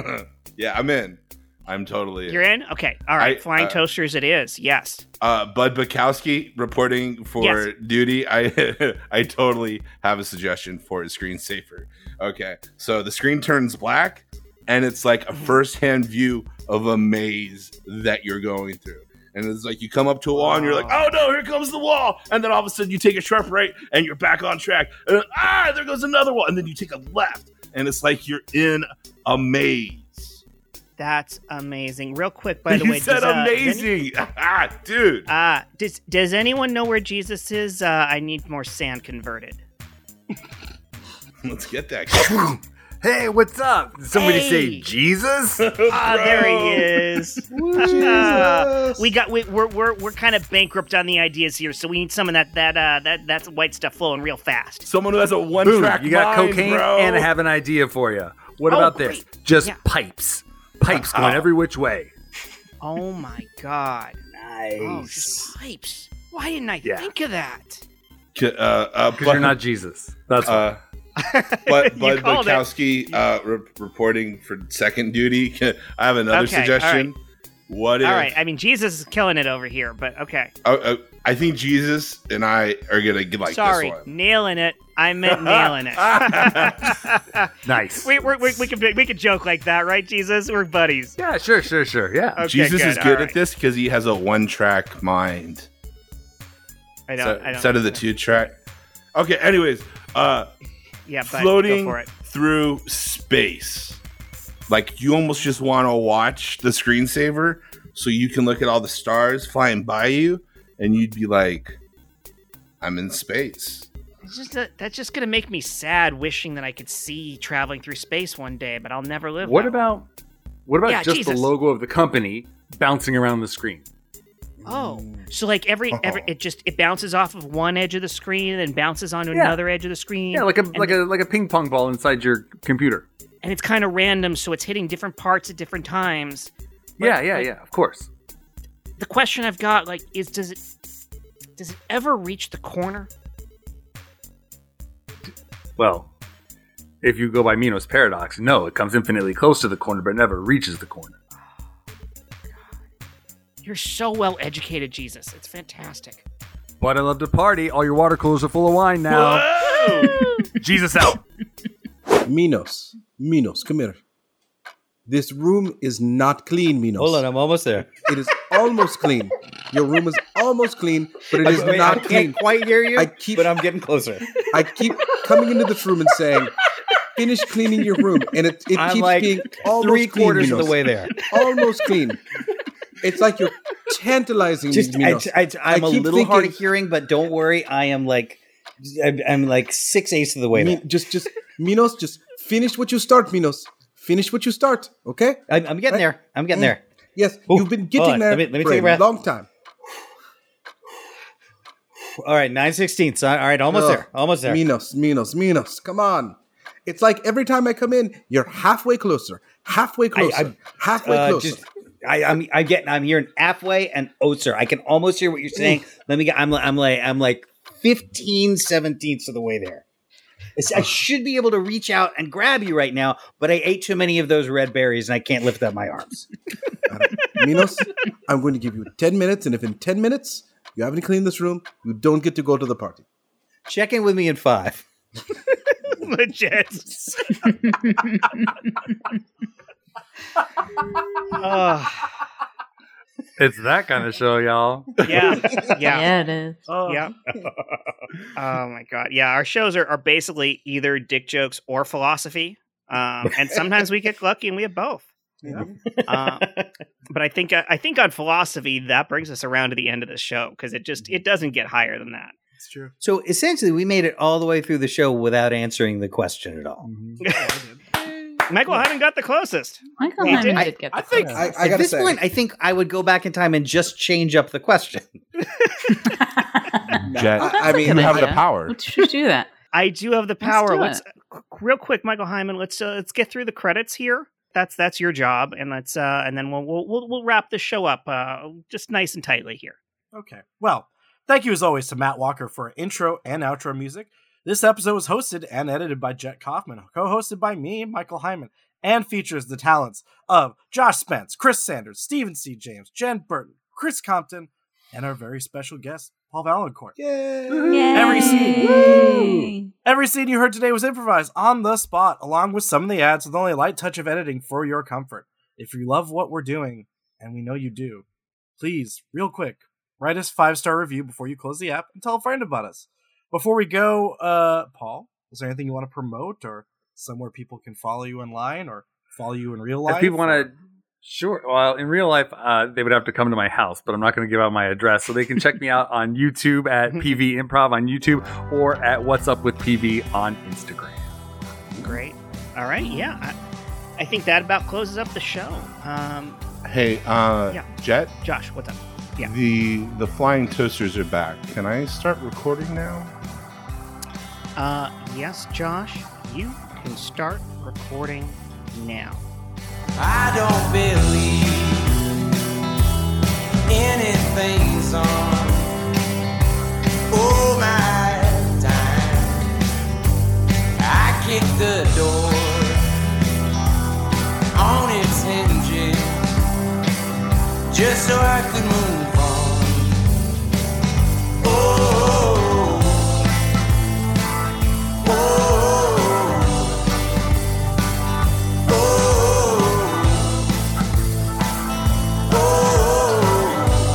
S3: yeah, I'm in. I'm totally in.
S1: You're in. Okay. All right.
S3: I-
S1: flying
S3: uh,
S1: toasters. It is. Yes.
S3: Uh, Bud Bukowski reporting for
S1: Yes.
S3: duty. I I totally have a suggestion for a screensaver. Okay, so the screen turns black, and it's like a first-hand view of a maze that you're going through. And it's like you come up to a wall, and you're like, "Oh no, here comes the wall!" And then all of a sudden, you take a sharp right, and you're back on track. And then, ah, there goes another wall, and then you take a left, and it's like you're in a maze.
S1: That's amazing. Real quick, by the
S3: you
S1: way,
S3: said
S1: does, uh, does any-
S3: amazing, ah, dude.
S1: Uh, does does anyone know where Jesus is? Uh, I need more sand converted.
S3: Let's get that.
S5: Hey, what's up? Did somebody
S1: Hey.
S5: say Jesus?
S1: Ah, there he is.
S5: Jesus.
S1: we got we, we're we're we're kind of bankrupt on the ideas here, so we need some of that that uh that that's white stuff flowing real fast.
S3: Someone who has a one
S5: Boom,
S3: track
S5: you got
S3: mind,
S5: cocaine,
S3: bro.
S5: and I have an idea for you. What
S1: Oh,
S5: about this? Just
S1: Yeah.
S5: pipes, pipes going every which way.
S1: Oh my god!
S15: Nice.
S1: Oh, just pipes. Why didn't I
S5: Yeah.
S1: think of that?
S3: K- uh, uh,
S5: Because you're not Jesus. That's why.
S3: uh, but
S1: You
S3: Bud
S1: called it.
S3: Bukowski uh, re- reporting for second duty. I have another
S1: Okay, all
S3: suggestion. What if?
S1: All right, I mean Jesus is killing it over here, but okay.
S3: Oh, oh, I think Jesus and I are gonna get like
S1: Sorry,
S3: this one.
S1: nailing it. I meant nailing it.
S5: Nice.
S1: we, we, we, we could we could joke like that, right? Jesus, we're buddies.
S5: Yeah, sure, sure, sure. Yeah.
S1: Okay,
S3: Jesus is
S1: all
S3: good
S1: right.
S3: at this because he has a one track mind
S1: I
S3: so-
S1: don't. I don't.
S3: instead of the two track. Okay. Anyways, uh,
S1: yeah, but
S3: floating
S1: Go for it.
S3: through space. Like you almost just want to watch the screensaver so you can look at all the stars flying by you, and you'd be like, "I'm in space."
S1: It's just that that's just gonna make me sad, wishing that I could see traveling through space one day, but I'll never live.
S5: What
S1: that
S5: about what about
S1: Yeah,
S5: just the
S1: Jesus.
S5: logo of the company bouncing around the screen?
S1: way. Oh, so like every every it just it bounces off of one edge of the screen and then bounces onto
S5: Yeah.
S1: another edge of the screen.
S5: Yeah, like a
S1: and,
S5: like a like a ping pong ball inside your computer.
S1: and it's kind of random, so it's hitting different parts at different times.
S5: yeah, yeah, yeah. Of course.
S1: The question I've got like is does it does it ever reach the corner?
S5: Well, if you go by Mino's paradox, no, it comes infinitely close to the corner, but never reaches the corner.
S1: You're so well educated, Jesus. It's fantastic.
S5: But I love to party. All your water coolers are full of wine now. Jesus out.
S9: Minos, Minos, come here. This room is not clean, Minos.
S15: Hold on, I'm almost there.
S9: It is almost clean. Your room is almost clean, but it is
S15: Wait,
S9: not
S15: I can't
S9: clean.
S15: quite hear you,
S9: I keep,
S15: but I'm getting closer.
S9: I keep coming into this room and saying, "Finish cleaning your room," and it, it
S15: I'm
S9: keeps
S15: like
S9: being
S15: three
S9: almost
S15: quarters
S9: clean,
S15: of the
S9: Minos.
S15: way there.
S9: Almost clean. It's like you're tantalizing me,
S15: Just, I,
S9: Minos.
S15: I, I'm
S9: I
S15: a
S9: keep
S15: little
S9: thinking-
S15: hard of hearing, but don't worry, I am like, I'm, I'm like six eighths of the way
S9: Mi-
S15: there.
S9: just, just Minos, just finish what you start, Minos. Finish what you start. Okay,
S15: I'm, I'm getting there. I'm getting
S9: Mm.
S15: there.
S9: Yes, you've been getting
S15: hold on.
S9: there
S15: Let me- let me
S9: for
S15: take a breath.
S9: long time.
S15: All right, nine sixteenths. All right, almost
S9: Ugh.
S15: there. Almost there.
S9: Minos, Minos, Minos. Come on. It's like every time I come in, you're halfway closer, halfway
S15: I-
S9: closer,
S15: I'm-
S9: halfway
S15: uh,
S9: closer.
S15: just- I, I'm, I'm getting. I'm hearing halfway and Ozer. I can almost hear what
S9: Mm.
S15: you're saying. Let me. Get, I'm. I'm like. I'm like 15 seventeenths of the way there. It's- I should be able to reach out and grab you right now, but I ate too many of those red berries and I can't lift up my arms.
S9: Minos, I'm going to give you 10 minutes, and if in 10 minutes you haven't cleaned this room, you don't get to go to the party.
S15: Check in with me in five.
S1: Legit. Ah,
S5: It's that kind of show, y'all.
S1: yeah. Yeah.
S12: it is.
S1: Oh. Yeah. Oh my god. Yeah, our shows are, are basically either dick jokes or philosophy. Um, and sometimes we get lucky and we have both. Uh, but I think uh, I think on philosophy that brings us around to the end of the show because it just it doesn't get higher than that.
S8: It's true.
S15: So essentially, we made it all the way through the show without answering the question at all.
S16: Mm-hmm.
S1: Michael hadn't got the closest.
S2: Michael
S1: He
S2: Hyman did,
S1: did-
S2: get the
S8: I think
S2: closest.
S9: I, I
S15: at
S9: gotta
S15: this
S9: say,
S15: point, I think I would go back in time and just change up the question.
S16: Jet,
S2: Oh,
S1: Oh,
S9: I, I mean,
S16: you have the
S2: idea.
S16: power.
S2: We should do that.
S1: I do have the
S2: Let's
S1: power.
S2: do
S1: Let's, qu- real quick, Michael Hyman. Let's uh, let's get through the credits here. That's that's your job, and let's uh, and then we'll we'll we'll, we'll wrap the show up uh, just nice and tightly here.
S8: Okay. Well, thank you as always to Matt Walker for intro and outro music. This episode was hosted and edited by Jet Kaufman, co hosted by me, Michael Hyman, and features the talents of Josh Spence, Chris Sanders, Stephen C. James, Jen Burton, Chris Compton, and our very special guest, Paul Valancourt. Every scene.
S12: Yay.
S8: Every scene you heard today was improvised on the spot, along with some of the ads with only a light touch of editing for your comfort. If you love what we're doing, and we know you do, please, real quick, write us a five star review before you close the app and tell a friend about us. Before we go, uh, Paul, is there anything you want to promote or somewhere people can follow you online or follow you in real life?
S5: If people want to, sure. Well, in real life, uh, they would have to come to my house, but I'm not going to give out my address. So they can check me out on YouTube at PV Improv on YouTube or at What's Up with PV on Instagram.
S1: Great. All right. Yeah. I, I think that about closes up the show. Um,
S3: Hey, uh,
S1: Yeah.
S3: Jet,
S1: Josh, what's up? Yeah.
S3: the the flying toasters are back. Can I start recording now?
S1: Uh, yes, Josh, you can start recording now.
S17: I don't believe anything's on. Oh my time. I kick the door on its hinges just so I could move on. Oh, oh, oh. Oh, oh, oh.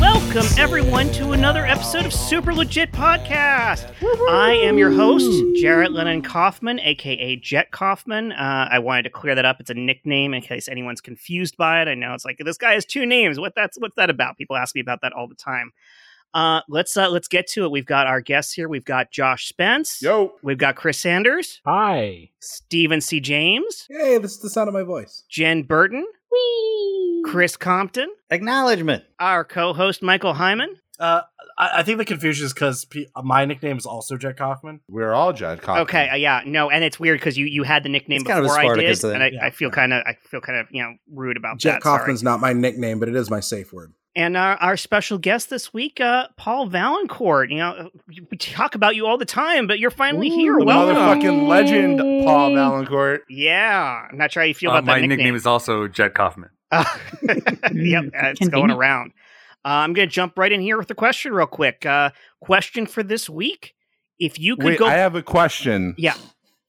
S1: Welcome, everyone, to another episode of Super Legit Podcast. I am your host, Jarrett Lennon Kaufman, aka Jet Kaufman. Uh, I wanted to clear that up. It's a nickname in case anyone's confused by it. I know it's like this guy has two names. What that's what's that about? People ask me about that all the time. Uh, let's uh, let's get to it. We've got our guests here. We've got Josh Spence.
S3: Yo,
S1: We've got Chris Sanders,
S16: Hi.
S1: Stephen C. James,
S9: hey, this is the sound of my voice.
S1: Jen Burton, Whee! Chris Compton.
S15: Acknowledgement.
S1: Our co-host Michael Hyman.
S8: Uh, I, I think the confusion is because P- my nickname is also Jet Kaufman.
S3: We're all Jet Kaufman.
S1: Okay, uh, yeah, no, and it's weird because you you had the nickname
S15: It's kind of a
S1: before I
S15: Spartacus
S1: did,
S15: thing.
S1: and I, I feel kind of I feel kind of you know rude about
S12: Jet
S1: that. sorry.
S12: Kaufman's not my nickname, but it is my safe word.
S1: And our, our special guest this week, uh, Paul Valancourt. You know, we talk about you all the time, but you're finally here.
S3: the
S1: Welcome,
S3: motherfucking legend, Paul Valancourt.
S1: Yeah, I'm not sure how you feel
S5: Uh,
S1: about
S5: my
S1: that nickname.
S5: nickname is also Jed Kaufman.
S1: yep, uh, it's going
S5: Convenient.
S1: around. Uh, I'm going to jump right in here with a question, real quick. Uh, question for this week: If you could
S3: Wait,
S1: go,
S3: I have a question
S1: yeah,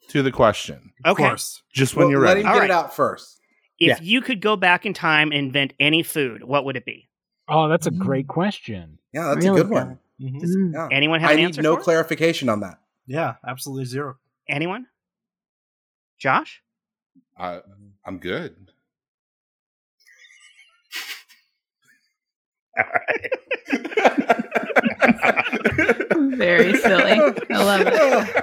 S3: to the question.
S1: Okay.
S3: Just when
S12: Well,
S3: you're
S12: let
S3: ready.
S12: him get it out first.
S1: if
S12: Yeah.
S1: you could go back in time and invent any food, what would it be?
S4: Oh, that's a
S15: Mm-hmm.
S4: great question.
S12: Yeah, that's
S4: Really
S12: a good one.
S1: Does
S12: Yeah.
S1: anyone have
S12: Hmm. I
S1: an
S12: need
S1: answer
S12: no
S1: for it?
S12: clarification on that.
S8: Yeah, absolutely zero.
S1: Anyone? Josh?
S3: I, Uh, I'm good.
S2: Very silly. I love it.